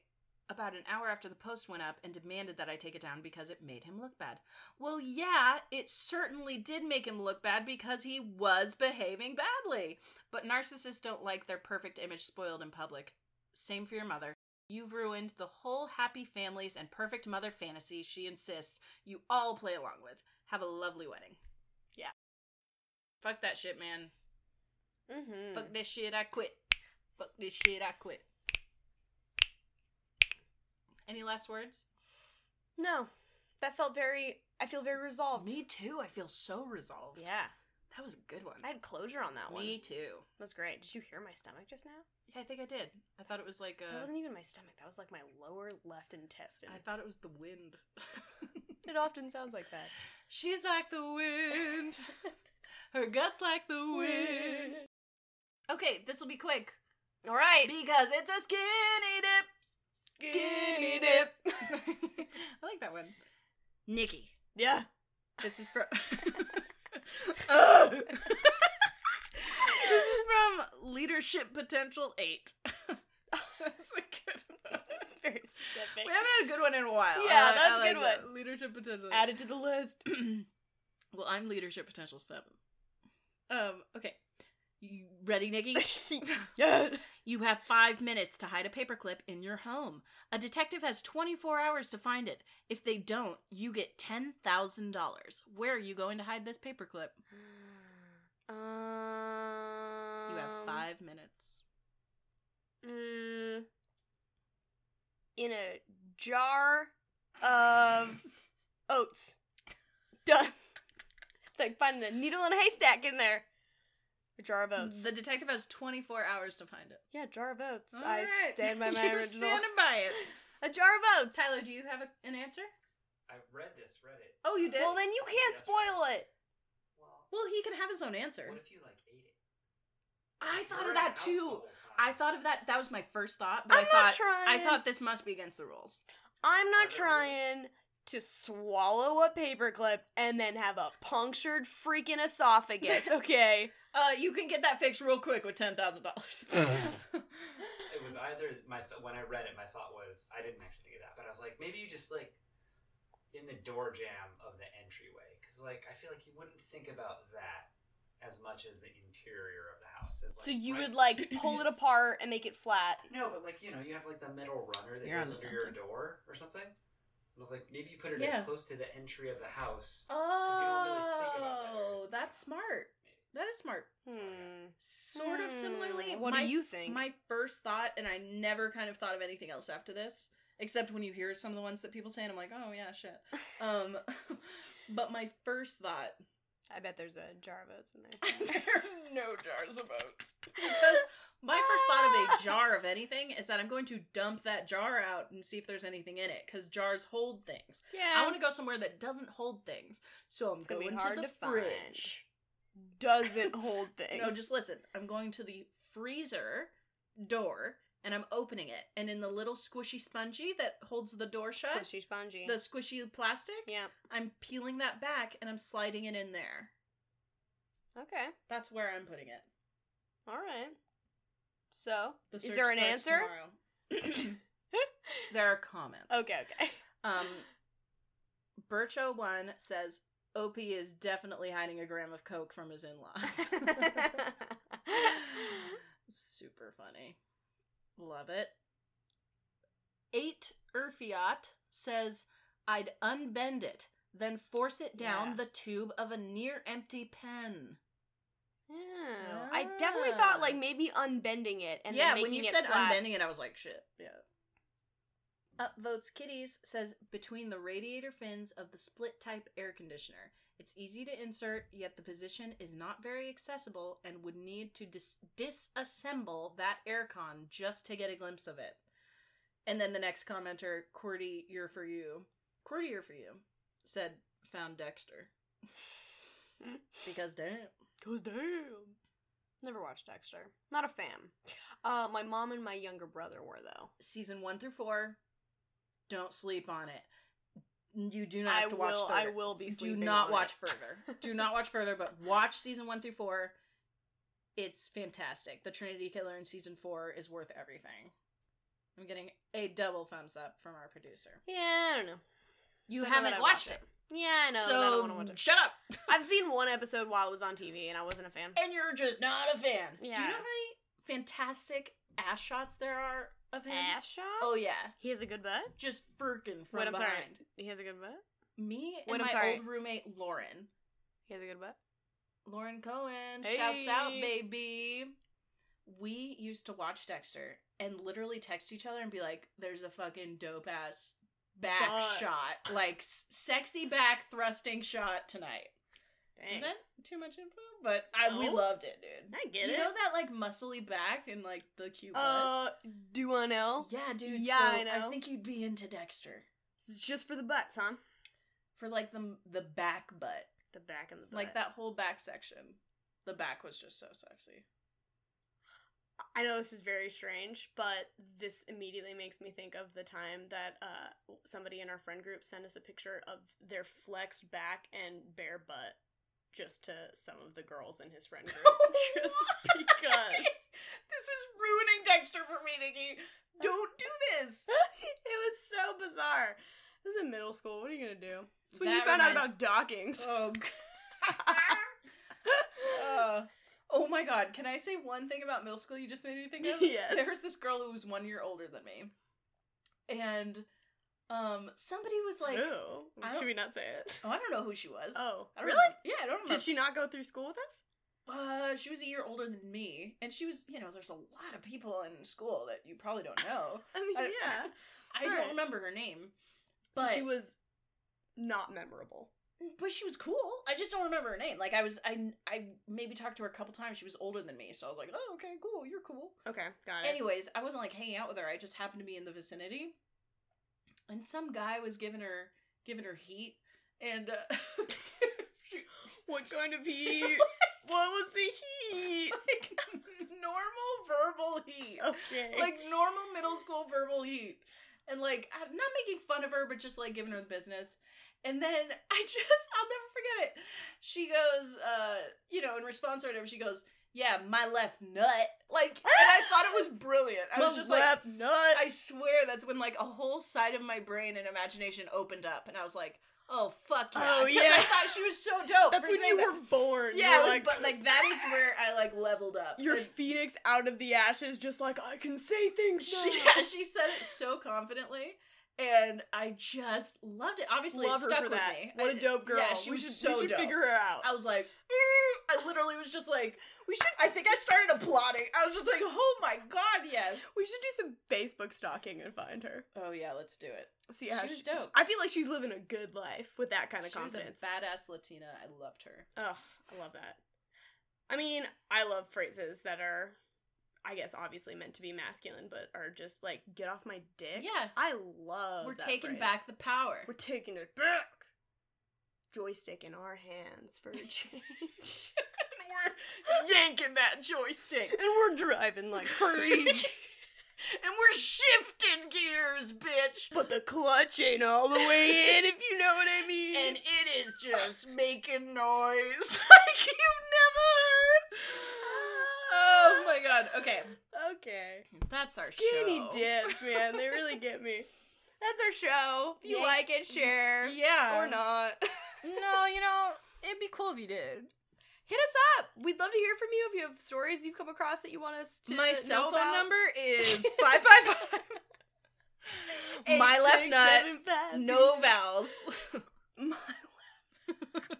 S3: about an hour after the post went up and demanded that I take it down because it made him look bad. Well, yeah, it certainly did make him look bad because he was behaving badly. But narcissists don't like their perfect image spoiled in public. Same for your mother. You've ruined the whole happy families and perfect mother fantasy she insists you all play along with. Have a lovely wedding. Fuck that shit, man.
S1: Mm-hmm.
S3: Fuck this shit, I quit. Fuck this shit, I quit. Any last words?
S1: No, that felt very. I feel very resolved.
S3: Me too. I feel so resolved.
S1: Yeah,
S3: That was a good one.
S1: I had closure on that one.
S3: Me too.
S1: That was great. Did you hear my stomach just now?
S3: Yeah, I think I did. I thought it was like
S1: that
S3: uh
S1: wasn't even my stomach. That was like my lower left intestine.
S3: I thought it was the wind.
S1: it often sounds like that.
S3: She's like the wind. Her guts like the wind. Okay, this will be quick
S1: All right.
S3: because it's a skinny dip.
S1: Skinny
S3: I like that one. Nikki.
S1: Yeah.
S3: This is from
S6: Oh!
S3: Ugh. this is from Leadership Potential 8. that's a good one.
S6: That's very
S3: We
S6: specific.
S3: haven't had a good one in a while.
S6: Yeah,
S3: I- I
S6: that's a good
S3: like that.
S6: one.
S3: Leadership Potential 8.
S6: Added to the list.
S3: well, I'm Leadership Potential 7. Um, okay. You ready, Nikki?
S6: yes.
S3: You have five minutes to hide a paperclip in your home. A detective has 24 hours to find it. If they don't, you get $10,000. Where are you going to hide this paperclip?
S6: Um,
S3: You have five minutes.
S6: mm,
S1: in a jar of oats. Done. It's like finding a needle in a haystack in there. A jar of oats.
S3: The detective has 24 hours to find it.
S1: yeah, jar of oats.
S3: All
S1: I
S3: right.
S1: stand by my
S3: You're
S1: original.
S3: standing by it.
S1: a jar of oats.
S3: Tyler, do you have a, an answer?
S4: I read this Reddit.
S3: Oh, you did?
S1: Well, then you can't spoil it.
S4: Well,
S3: Well, he can have his own answer.
S4: what if you like ate it?
S3: I
S4: If
S3: thought
S4: you're
S3: of
S4: in the
S3: that
S4: house the
S3: too.
S4: whole time,
S3: I thought of that. That was my first thought, but
S1: I'm
S3: I
S1: not
S3: thought I
S1: trying.
S3: thought this must be against the rules.
S1: I'm
S4: I
S1: not
S4: don't know.
S1: trying to swallow a paperclip and then have a punctured freaking esophagus, okay?
S3: Uh, you can get that fixed real quick with ten thousand dollars.
S4: It was either my th- when I read it, my thought was I didn't actually think of that, but I was like, maybe you just like in the door jam of the entryway, because like I feel like you wouldn't think about that as much as the interior of the house. As, like,
S1: so you
S4: right-
S1: would like pull it apart and make it flat.
S4: no, but like you know, you have like the metal runner that
S3: You're onto
S4: goes under your door or something. I was like, maybe you put it
S3: Yeah.
S4: as close to the entry of the house. don't really think about that
S3: Oh,
S4: area.
S3: that's smart. That is smart.
S1: Hmm.
S3: Sort of similarly.
S1: Hmm, what
S3: my,
S1: do you think?
S3: My first thought, and I never kind of thought of anything else after this, except when you hear some of the ones that people say, and I'm like, oh yeah, shit. Um, but my first thought
S1: I bet there's a jar of oats in there.
S3: there are no jars of oats. Because my first thought of a jar of anything is that I'm going to dump that jar out and see if there's anything in it. Because jars hold things. I
S1: Yeah.
S3: want to go somewhere that doesn't hold things. So I'm
S1: gonna be
S3: going to
S1: hard
S3: the
S1: to
S3: fridge.
S1: Doesn't hold things.
S3: No, just listen. I'm going to the freezer door and I'm opening it. And in the little squishy spongy that holds the door shut,
S1: squishy spongy.
S3: the squishy plastic,
S1: yeah.
S3: I'm peeling that back and I'm sliding it in there.
S1: Okay.
S3: That's where I'm putting it.
S1: All right. So,
S3: The
S1: is
S3: search
S1: there an
S3: starts
S1: answer?
S3: tomorrow. there are comments.
S1: Okay, okay.
S3: Um, Bircho one says Opie is definitely hiding a gram of coke from his in-laws. Super funny. Love it. Eight Urfiat says I'd unbend it, then force it down
S1: Yeah.
S3: the tube of a near empty pen.
S1: Yeah. I definitely thought like maybe unbending it and then
S3: yeah,
S1: making
S3: when you
S1: it
S3: said
S1: flat.
S3: unbending it, I was like, shit. Yeah. Upvotes Kitties says between the radiator fins of the split type air conditioner. It's easy to insert, yet the position is not very accessible and would need to dis- disassemble that aircon just to get a glimpse of it. And then the next commenter, Cordy, you're for you. Cordy, you're for you, said, found Dexter. because damn.
S1: Cause damn. Never watched Dexter. Not a fan. Uh, my mom and my younger brother were though.
S3: season one through four. Don't sleep on it. You do not have
S1: I
S3: to watch.
S1: will.
S3: Further.
S1: I will be.
S3: Do
S1: Sleeping
S3: not
S1: on
S3: watch
S1: it.
S3: further. Do not watch further, but watch season one through four. It's fantastic. The Trinity Killer in season four is worth everything. I'm getting a double thumbs up from our producer.
S1: Yeah, I don't know.
S3: You
S1: I know that
S3: haven't
S1: I
S3: watched
S1: watched
S3: it,
S1: Yeah, I know.
S3: so
S1: that I don't want to watch it.
S3: shut up.
S1: I've seen one episode while it was on TV, and I wasn't a fan.
S3: And you're just not a fan. Do you
S1: Yeah.
S3: know how many fantastic ass shots there are of him?
S1: Ass shots?
S3: Oh, yeah.
S1: He has a good butt.
S3: Just freaking from
S1: Wait, I'm sorry.
S3: behind.
S1: He has a good butt.
S3: Me and
S1: Wait, I'm
S3: my
S1: sorry.
S3: old roommate Lauren.
S1: He has a good butt.
S3: Lauren Cohen, shouts out,
S1: Hey.
S3: baby. We used to watch Dexter and literally text each other and be like, there's a fucking dope ass back
S1: Butt.
S3: shot. Like, s- sexy back thrusting shot tonight.
S1: Dang.
S3: Is that too much info? But I, we
S1: No.
S3: loved it, dude.
S1: I get
S3: you
S1: it.
S3: know that, like, muscly back and, like, the cute butt?
S1: uh, do I know?
S3: yeah, dude.
S1: Oh. yeah,
S3: so
S1: I know.
S3: think you'd be into Dexter
S1: This is just for the butts, huh?
S3: for, like, the, the back butt.
S1: The back and the butt.
S3: Like, that whole back section. The back was just so sexy.
S1: I know this is very strange, but this immediately makes me think of the time that uh, somebody in our friend group sent us a picture of their flexed back and bare butt. just to some of the girls in his friend group just because.
S3: This is ruining Dexter for me, Nikki. Don't do this.
S1: it was so bizarre. This is in middle school. What are you gonna do? It's when you
S3: That
S1: found out
S3: reminds-
S1: about dockings.
S3: Oh. Uh, oh my god, can I say one thing about middle school you just made me think of?
S1: Yes.
S3: There was this girl who was one year older than me. And um somebody was like
S1: Ew.
S3: I don't-
S1: oh, Should we not say it?
S3: Oh, I don't know who she was.
S1: Oh,
S3: I don't
S1: really?
S3: remem- Yeah, I don't remember.
S1: Did she not go through school with us?
S3: Uh, she was a year older than me, and she was, you know, there's a lot of people in school that you probably don't know.
S1: I mean,
S3: I-
S1: yeah.
S3: I don't
S1: Right.
S3: remember her name,
S1: So
S3: but
S1: she was not memorable.
S3: but she was cool. I just don't remember her name. Like I was, I I maybe talked to her a couple times. She was older than me, so I was like, oh okay, cool, you're cool.
S1: Okay, got it.
S3: Anyways, I wasn't like hanging out with her. I just happened to be in the vicinity, and some guy was giving her giving her heat, and uh, she-
S1: What kind of heat? what was the heat?
S3: like normal verbal heat.
S1: Okay.
S3: like normal middle school verbal heat and like I'm not making fun of her but just like giving her the business and then i just i'll never forget it she goes uh you know in response or whatever she goes yeah my left nut like and i thought it was brilliant i was just like
S1: Lap nut.
S3: i swear that's when like a whole side of my brain and imagination opened up and i was like oh fuck yeah.
S1: Oh,
S3: 'Cause
S1: yeah.
S3: i thought she was so dope
S1: That's
S3: for
S1: when
S3: saying
S1: you
S3: that.
S1: were born.
S3: yeah
S1: you were
S3: like, but like that is where i like leveled up
S1: your
S3: And-
S1: phoenix out of the ashes, just like I can say things now.
S3: she, yeah, she said it so confidently. And I just loved it. Obviously,
S1: Love
S3: it
S1: her
S3: stuck
S1: for
S3: with
S1: that.
S3: me.
S1: What
S3: I-
S1: a dope girl.
S3: Yeah, she
S1: we
S3: was
S1: should,
S3: so
S1: we should
S3: dope.
S1: figure her out.
S3: I was like, "Mm." I literally was just like, we should. I think I started applauding. I was just like, oh my god, yes.
S1: we should do some Facebook stalking and find her.
S3: Oh yeah, let's do it.
S1: See how
S3: She was dope.
S1: I feel like she's living a good life with that kind of
S3: She was a
S1: confidence.
S3: badass Latina. I loved her.
S1: Oh, I love that. I mean, I love phrases that are, I guess, obviously meant to be masculine, but are just like "get off my dick."
S3: Yeah.
S1: I love.
S3: We're
S1: that
S3: taking
S1: phrase.
S3: back the power.
S1: We're taking it back. Joystick in our hands for a change.
S3: and we're yanking that joystick.
S1: and we're driving like crazy,
S3: And we're shifting gears, bitch.
S1: but the clutch ain't all the way in. If you know what I mean.
S3: and it is just making noise like you've never heard. Oh my god. Okay.
S1: okay.
S3: That's our
S1: Skinny
S3: show.
S1: dips, man. They really get me. That's our show. If you
S3: Yeah.
S1: like it, share.
S3: Yeah.
S1: Or not.
S3: No, you know, it'd be cool if you did.
S1: hit us up. We'd love to hear from you if you have stories you've come across that you want us to
S3: my
S1: know
S3: cell phone
S1: about.
S3: number is 555. my left nut.
S1: 8675.
S3: No vowels.
S1: My left.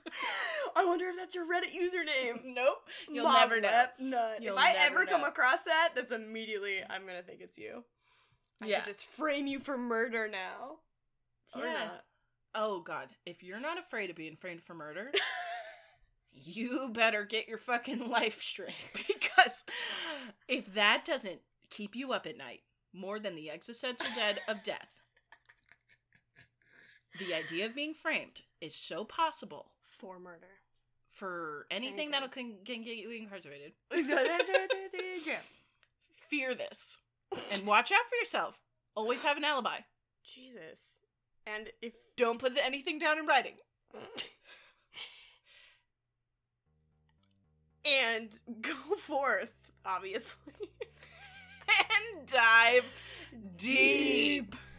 S1: I wonder if that's your Reddit username.
S3: Nope. You'll
S1: My
S3: never know.
S1: left nut.
S3: You'll
S1: if I
S3: never
S1: ever come
S3: know.
S1: across that, that's immediately I'm gonna think it's you. I
S3: Yeah.
S1: could just frame you for murder now. Or
S3: Yeah.
S1: not.
S3: Oh god, if you're not afraid of being framed for murder, you better get your fucking life straight because if that doesn't keep you up at night more than the existential dread of death, the idea of being framed is so possible
S1: For murder.
S3: for anything
S1: Anything.
S3: that'll can, can get you incarcerated.
S1: Jesus.
S3: Fear this and watch out for yourself. Always have an alibi.
S1: And if
S3: Don't put the- anything down in writing.
S1: and go forth, obviously.
S3: and dive deep.